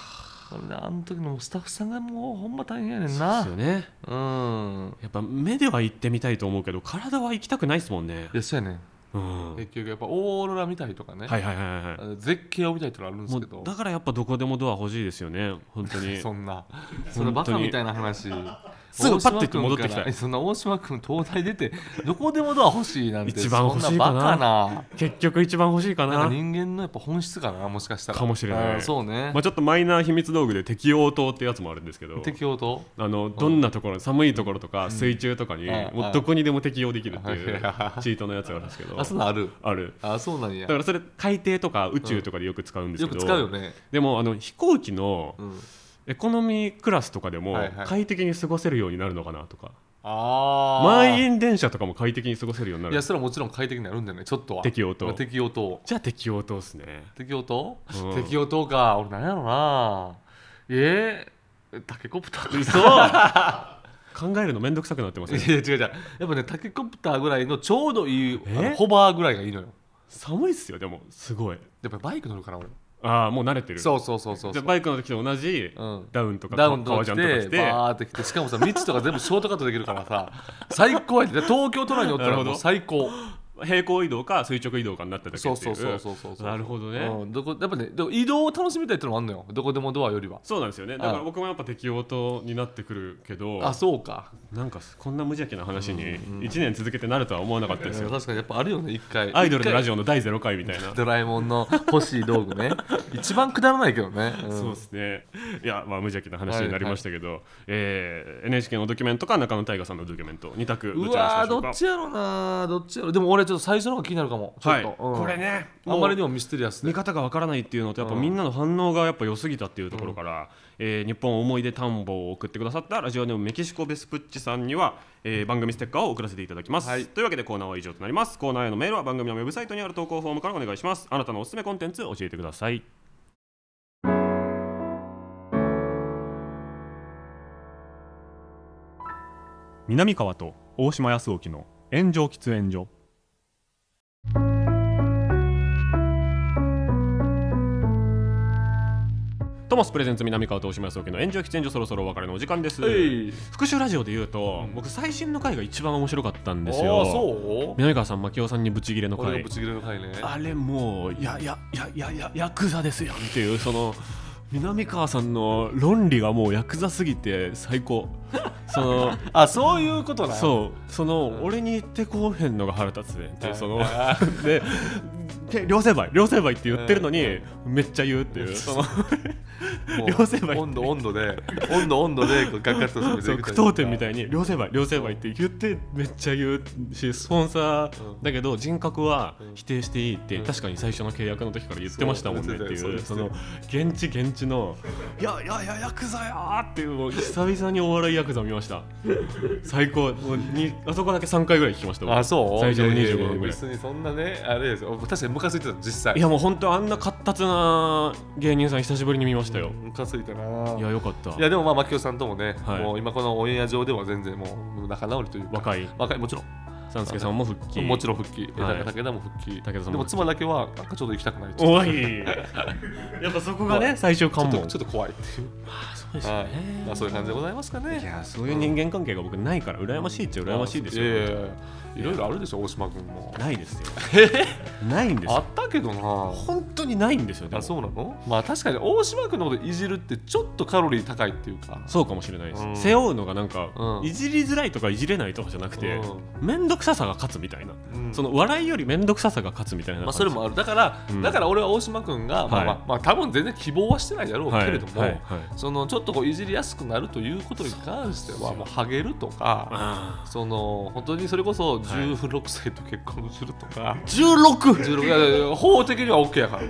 Speaker 2: 俺ねあの時のスタッフさんがもうほんま大変やねん
Speaker 1: で
Speaker 2: な
Speaker 1: すよね
Speaker 2: うん
Speaker 1: やっぱ目では行ってみたいと思うけど体は行きたくないですもんね
Speaker 2: い。やそうやね
Speaker 1: うん、はい
Speaker 2: 結局やっぱオーロラ見たいとかね
Speaker 1: はいはいはいは
Speaker 2: あの絶景を見たいとかあるん
Speaker 1: い。
Speaker 2: です
Speaker 1: も
Speaker 2: け
Speaker 1: う
Speaker 2: ど
Speaker 1: だからやっぱどこでもドア欲しいですよね。本当に。
Speaker 2: そんなそんなバカみたいな話
Speaker 1: すぐパッて行って戻ってきたい
Speaker 2: 大島君からそんな大島君東大出てどこでもドア欲しいなんて
Speaker 1: 一番欲しいかな
Speaker 2: そんなバカな
Speaker 1: 結局一番欲しいか
Speaker 2: な
Speaker 1: な。
Speaker 2: んか人間のやっぱ本質かなもしかしたら
Speaker 1: かもしれない
Speaker 2: うんそうね、
Speaker 1: まあちょっとマイナー秘密道具で適応灯ってやつもあるんですけど。
Speaker 2: 適応と
Speaker 1: あのどんなところ、寒いところとか水中とかに、
Speaker 2: うん
Speaker 1: もうどこにでも適応できるっていう
Speaker 2: うん
Speaker 1: チートのやつがあるんですけど
Speaker 2: あそんなんある
Speaker 1: ある
Speaker 2: あそうなん
Speaker 1: だ
Speaker 2: や
Speaker 1: からそれ海底とか宇宙とかでよく使うんです
Speaker 2: よ
Speaker 1: け
Speaker 2: く
Speaker 1: ど、
Speaker 2: 使うよね、
Speaker 1: でもあの飛行機の
Speaker 2: うん、
Speaker 1: エコノミークラスとかでも
Speaker 2: はいはい
Speaker 1: 快適に過ごせるようになるのかなとか、
Speaker 2: ああ
Speaker 1: 満員電車とかも快適に過ごせるようにない
Speaker 2: や
Speaker 1: る
Speaker 2: それはもちろん快適になるんだよねちょっとは
Speaker 1: 適応と
Speaker 2: 適応と
Speaker 1: じゃあ適応とですね
Speaker 2: 適応と、
Speaker 1: うん
Speaker 2: 適応とか俺なんやろなえー、タケコプター
Speaker 1: 嘘考えるのめんどくさくなってます
Speaker 2: いや
Speaker 1: ね
Speaker 2: いや違う違うやっぱねタケコプターぐらいのちょうどいいあ
Speaker 1: え
Speaker 2: のホバーぐらいがいいのよ
Speaker 1: 寒いっすよでもすごい
Speaker 2: やっぱりバイク乗るから俺
Speaker 1: ああもう慣れてる
Speaker 2: そうそうそうそう
Speaker 1: じゃあバイクの時と同じ
Speaker 2: うん
Speaker 1: ダウンとか
Speaker 2: ダウンと
Speaker 1: 革
Speaker 2: か
Speaker 1: ジ
Speaker 2: 着
Speaker 1: ャンとかしてて
Speaker 2: バーってきてしかもさ道とか全部ショートカットできるからさ最高やで東京都内におった
Speaker 1: なる
Speaker 2: ら
Speaker 1: ほど
Speaker 2: もう最高
Speaker 1: 平行移動か垂直移動かになっただけってい
Speaker 2: そううそうそうそうそう
Speaker 1: なるほどね、
Speaker 2: うん、どこやっぱねでも移動を楽しみたいってのもあるのよどこでもドアよりは
Speaker 1: そうなんですよねだから僕もやっぱ適応とになってくるけど
Speaker 2: あそうか
Speaker 1: なんかこんな無邪気な話に1年続けてなるとは思わなかったですよ
Speaker 2: 確かにやっぱあるよね一 回
Speaker 1: アイドルのラジオの第0回みたいな
Speaker 2: ドラえもんの欲しい道具ね一番くだらないけどね、うん
Speaker 1: そうですね。いや、まあ、無邪気な話になりましたけど、えー NHK のドキュメントか中野大河さんのドキュメント、2択、ど
Speaker 2: う
Speaker 1: ちらにしましょ
Speaker 2: わーど
Speaker 1: うか
Speaker 2: っ。ちやろうなどっちやろうでも俺ちょっと最初の方が気になるかもちょ
Speaker 1: は
Speaker 2: っ
Speaker 1: い、
Speaker 2: と、うん
Speaker 1: これね、
Speaker 2: あんまりに
Speaker 1: も
Speaker 2: もミステリアス
Speaker 1: う見
Speaker 2: で
Speaker 1: 方がわからないっていうのと、やっぱみんなの反応がやっぱ良すぎたっていうところから、えー日本思い出田んぼを送ってくださったラジオネームメキシコベスプッチさんには、えー番組ステッカーを送らせていただきます、
Speaker 2: はい
Speaker 1: というわけでコーナーは以上となります。コーナーへのメールは番組のウェブサイトにある投稿フォームからお願いします。あなたのおすすめコンテンツ教えてください。南川と大島康沖の炎上喫煙所トモスプレゼンツ南川と大島康沖の炎上喫煙所そろそろお別れのお時間です、
Speaker 2: はい
Speaker 1: 復習ラジオで言うと、僕最新の回が一番面白かったんです
Speaker 2: あ
Speaker 1: よ
Speaker 2: あそう
Speaker 1: 南川さん牧雄さんにブチギレの
Speaker 2: 俺の
Speaker 1: 回
Speaker 2: ぶち切れの回ね
Speaker 1: あれもういやいやいやいやいやヤクザですよっていうその南川さんの論理がもうヤクザすぎて最高その
Speaker 2: あそういうことな
Speaker 1: そうその、俺に言ってこうへんのが腹立つねんっていうその でで両成敗両成敗って言ってるのに、めっちゃ言うっていうその
Speaker 2: も
Speaker 1: 両成敗
Speaker 2: 温度温度で温度温度でこうガッガッとする
Speaker 1: そう句読点みた
Speaker 2: い
Speaker 1: いに両成敗両成敗って言ってめっちゃ言うしスポンサーだけど人格は否定していいって確かに最初の契約の時から言ってましたもんねって
Speaker 2: そ
Speaker 1: い
Speaker 2: う言
Speaker 1: う
Speaker 2: ってた
Speaker 1: そ
Speaker 2: よ
Speaker 1: の現地現地の「いやいやいやヤクザや!」っていうもう久々にお笑いヤクザ見ました最高もうにあそこだけ3回ぐらい聞きました僕
Speaker 2: あそう
Speaker 1: 最初の
Speaker 2: いやいやいや
Speaker 1: 25分ぐらい
Speaker 2: 別にそんなねあれですよ確かにムかついてた実際
Speaker 1: いやもう本当あんな活発な芸人さん久しぶりに見ましたよ、
Speaker 2: ムカついたない
Speaker 1: やよかった
Speaker 2: いやでもまあ牧雄さんともね、
Speaker 1: はい
Speaker 2: もう今このオンエア上では全然もう仲直りというか
Speaker 1: 若い
Speaker 2: 若いもちろん
Speaker 1: 三助さんも復帰
Speaker 2: もちろん復帰、
Speaker 1: はい
Speaker 2: 武田も復帰
Speaker 1: 田さんも
Speaker 2: でも妻だけはなんかちょっと行きたくないちょっ
Speaker 1: おいやっぱそこが
Speaker 2: は
Speaker 1: ね
Speaker 2: い
Speaker 1: 最終関
Speaker 2: とちょっ
Speaker 1: 門
Speaker 2: とちょっと怖いっていう、
Speaker 1: あそうでした
Speaker 2: は
Speaker 1: ね
Speaker 2: いまあ、そういう感じでございますかね
Speaker 1: いやそういう人間関係が僕ないから羨ましいっちゃ羨ましいですよ、
Speaker 2: やいやいやいろいろあるでしょ大島君も
Speaker 1: ないですよないんです
Speaker 2: あ
Speaker 1: よ
Speaker 2: ったけどな
Speaker 1: 本当にないんですよでも
Speaker 2: あそうなのまあ確かに大島君のこといじるってちょっとカロリー高いっていうか
Speaker 1: そうかもしれないです、
Speaker 2: うん
Speaker 1: 背負うのがなんか、
Speaker 2: うん
Speaker 1: いじりづらいとかいじれないとかじゃなくて
Speaker 2: う
Speaker 1: 面倒、くささが勝つみたいな、
Speaker 2: うん
Speaker 1: その笑いより面倒くささが勝つみたいな
Speaker 2: まあ、それもあるだから、
Speaker 1: うん
Speaker 2: だから俺は大島君が、まあまあ
Speaker 1: は
Speaker 2: まあ多分全然希望はしてないだろうけ
Speaker 1: はい
Speaker 2: れども、
Speaker 1: はいはい
Speaker 2: そのちょっとこういじりやすくなるということに関してはもうハゲるとか
Speaker 1: あ
Speaker 2: その本当にそれこそ
Speaker 1: はい
Speaker 2: 16歳と結婚するとか、
Speaker 1: ー
Speaker 2: 16いやいや法的には OK やから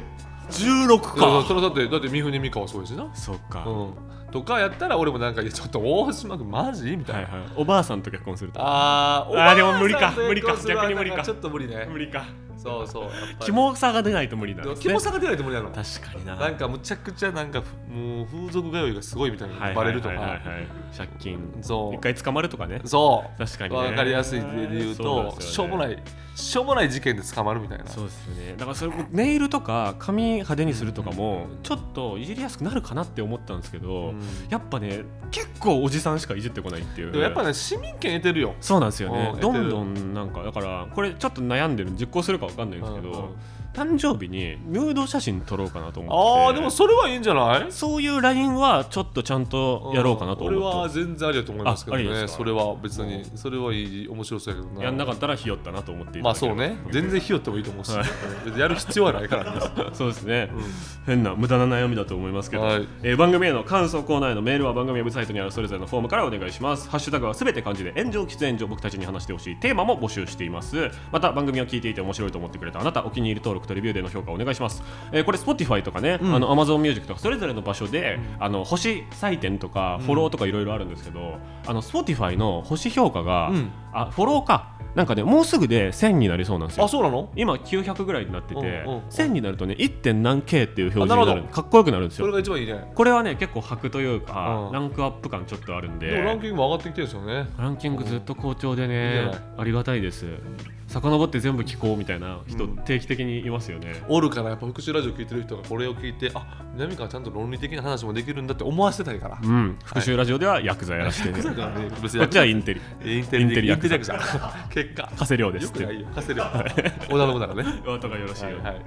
Speaker 1: 16
Speaker 2: そう
Speaker 1: か
Speaker 2: それだってだって三船美佳はそうやしな、
Speaker 1: そうか、
Speaker 2: うん、とかやったら俺もなんかいやちょっと大島君マジみたいな
Speaker 1: は、いはい、おばあさんと結婚すると
Speaker 2: あーお
Speaker 1: あーでも
Speaker 2: ばさん
Speaker 1: 無理か
Speaker 2: と結婚
Speaker 1: 無理か
Speaker 2: するわ
Speaker 1: 逆に無理か
Speaker 2: なんちょっと無理ね
Speaker 1: 無理か
Speaker 2: そうそうやっぱり
Speaker 1: キモさが出ないと無理なん
Speaker 2: で
Speaker 1: で
Speaker 2: も
Speaker 1: すね
Speaker 2: キモさが出ないと無理なの
Speaker 1: 確かにな
Speaker 2: なんかむちゃくちゃなんかふもう風俗通いがすごいみたいな
Speaker 1: は
Speaker 2: の
Speaker 1: い
Speaker 2: バレると
Speaker 1: は
Speaker 2: か、
Speaker 1: いはいはいはい借金
Speaker 2: そう
Speaker 1: 一回捕まるとかね
Speaker 2: そう
Speaker 1: 確かにね
Speaker 2: わかりやすいで言う
Speaker 1: そうなん
Speaker 2: と
Speaker 1: ですよね
Speaker 2: しょうもないしょうもない事件で捕まるみたいな
Speaker 1: そうですよねだからそれネイルとか髪派手にするとかもちょっといじりやすくなるかなって思ったんですけど、
Speaker 2: うん
Speaker 1: やっぱね結構おじさんしかいじってこないっていう
Speaker 2: でもやっぱね市民権得てるよ
Speaker 1: そうなんですよね
Speaker 2: うん
Speaker 1: どんどんなんかだからこれちょっと悩んでる実行するかわかんないんですけど、
Speaker 2: うんうん
Speaker 1: 誕生日にムード写真撮ろうかなと思って
Speaker 2: ああでもそれはいいんじゃない
Speaker 1: そういうラインはちょっとちゃんとやろうかなと
Speaker 2: 俺
Speaker 1: 思
Speaker 2: は
Speaker 1: って
Speaker 2: 全然ありだと思いますけど
Speaker 1: あありで
Speaker 2: ね
Speaker 1: すか
Speaker 2: それは別にそれはいい面白そうやけどな
Speaker 1: やんなかったらひよったなと思っていただ
Speaker 2: まあ
Speaker 1: け
Speaker 2: そ
Speaker 1: れ
Speaker 2: う
Speaker 1: ば
Speaker 2: ね全然ひよってもいいと思うし、
Speaker 1: はい
Speaker 2: 別にやる必要はな いからね
Speaker 1: そうですね、変な無駄な悩みだと思いますけど、
Speaker 2: はい
Speaker 1: えー番組への感想コーナーへのメールは番組ウェブサイトにあるそれぞれのフォームからお願いしますハッシュタグはすべて漢字で炎上喫煙所僕たちに話してほしいテーマも募集していますまた番組を聞いていて面白いと思ってくれたあなたお気に入り登録とレビューでの評価お願いします、えーこれ Spotify とかね、あの Amazon Music とかそれぞれの場所で、あの星採点とかフォローとかいろいろあるんですけど、あの Spotify の星評価が、
Speaker 2: うん
Speaker 1: あフォローかなんかねもうすぐで1000になりそうなんですよ
Speaker 2: あそうなの
Speaker 1: 今900ぐらいになってて、
Speaker 2: うんうんうん
Speaker 1: 1000になるとね 1. 点何 K っていう表示
Speaker 2: あ
Speaker 1: に
Speaker 2: な
Speaker 1: な
Speaker 2: るほど
Speaker 1: るかっこよくなるんです
Speaker 2: それ
Speaker 1: よ
Speaker 2: が一番いいね
Speaker 1: これはね結構箔というか、
Speaker 2: うん
Speaker 1: ランクアップ感ちょっとあるんで
Speaker 2: でもランキングも上がってきてるんですよね
Speaker 1: ランキングずっと好調で
Speaker 2: いい
Speaker 1: ね
Speaker 2: じゃ
Speaker 1: ありがたいです遡って全部聞こうみたいな人、定期的にいますよね
Speaker 2: おるからやっぱ復習ラジオ聞いてる人がこれを聞いてあ南川ちゃんと論理的な話もできるんだって思わせたいから、
Speaker 1: うん、復習ラジオではヤクザやらしてね、
Speaker 2: だからね別
Speaker 1: こっちはイ
Speaker 2: イン
Speaker 1: ン テリ
Speaker 2: テリ
Speaker 1: インテリ
Speaker 2: イ
Speaker 1: ヤ
Speaker 2: ン
Speaker 1: ク
Speaker 2: テ
Speaker 1: ザ
Speaker 2: リじゃん結果
Speaker 1: 加瀬亮で
Speaker 2: よ
Speaker 1: すっ
Speaker 2: く
Speaker 1: て
Speaker 2: ないよ貸せるよ女の子だからね
Speaker 1: お後がよろしいように
Speaker 2: はいはい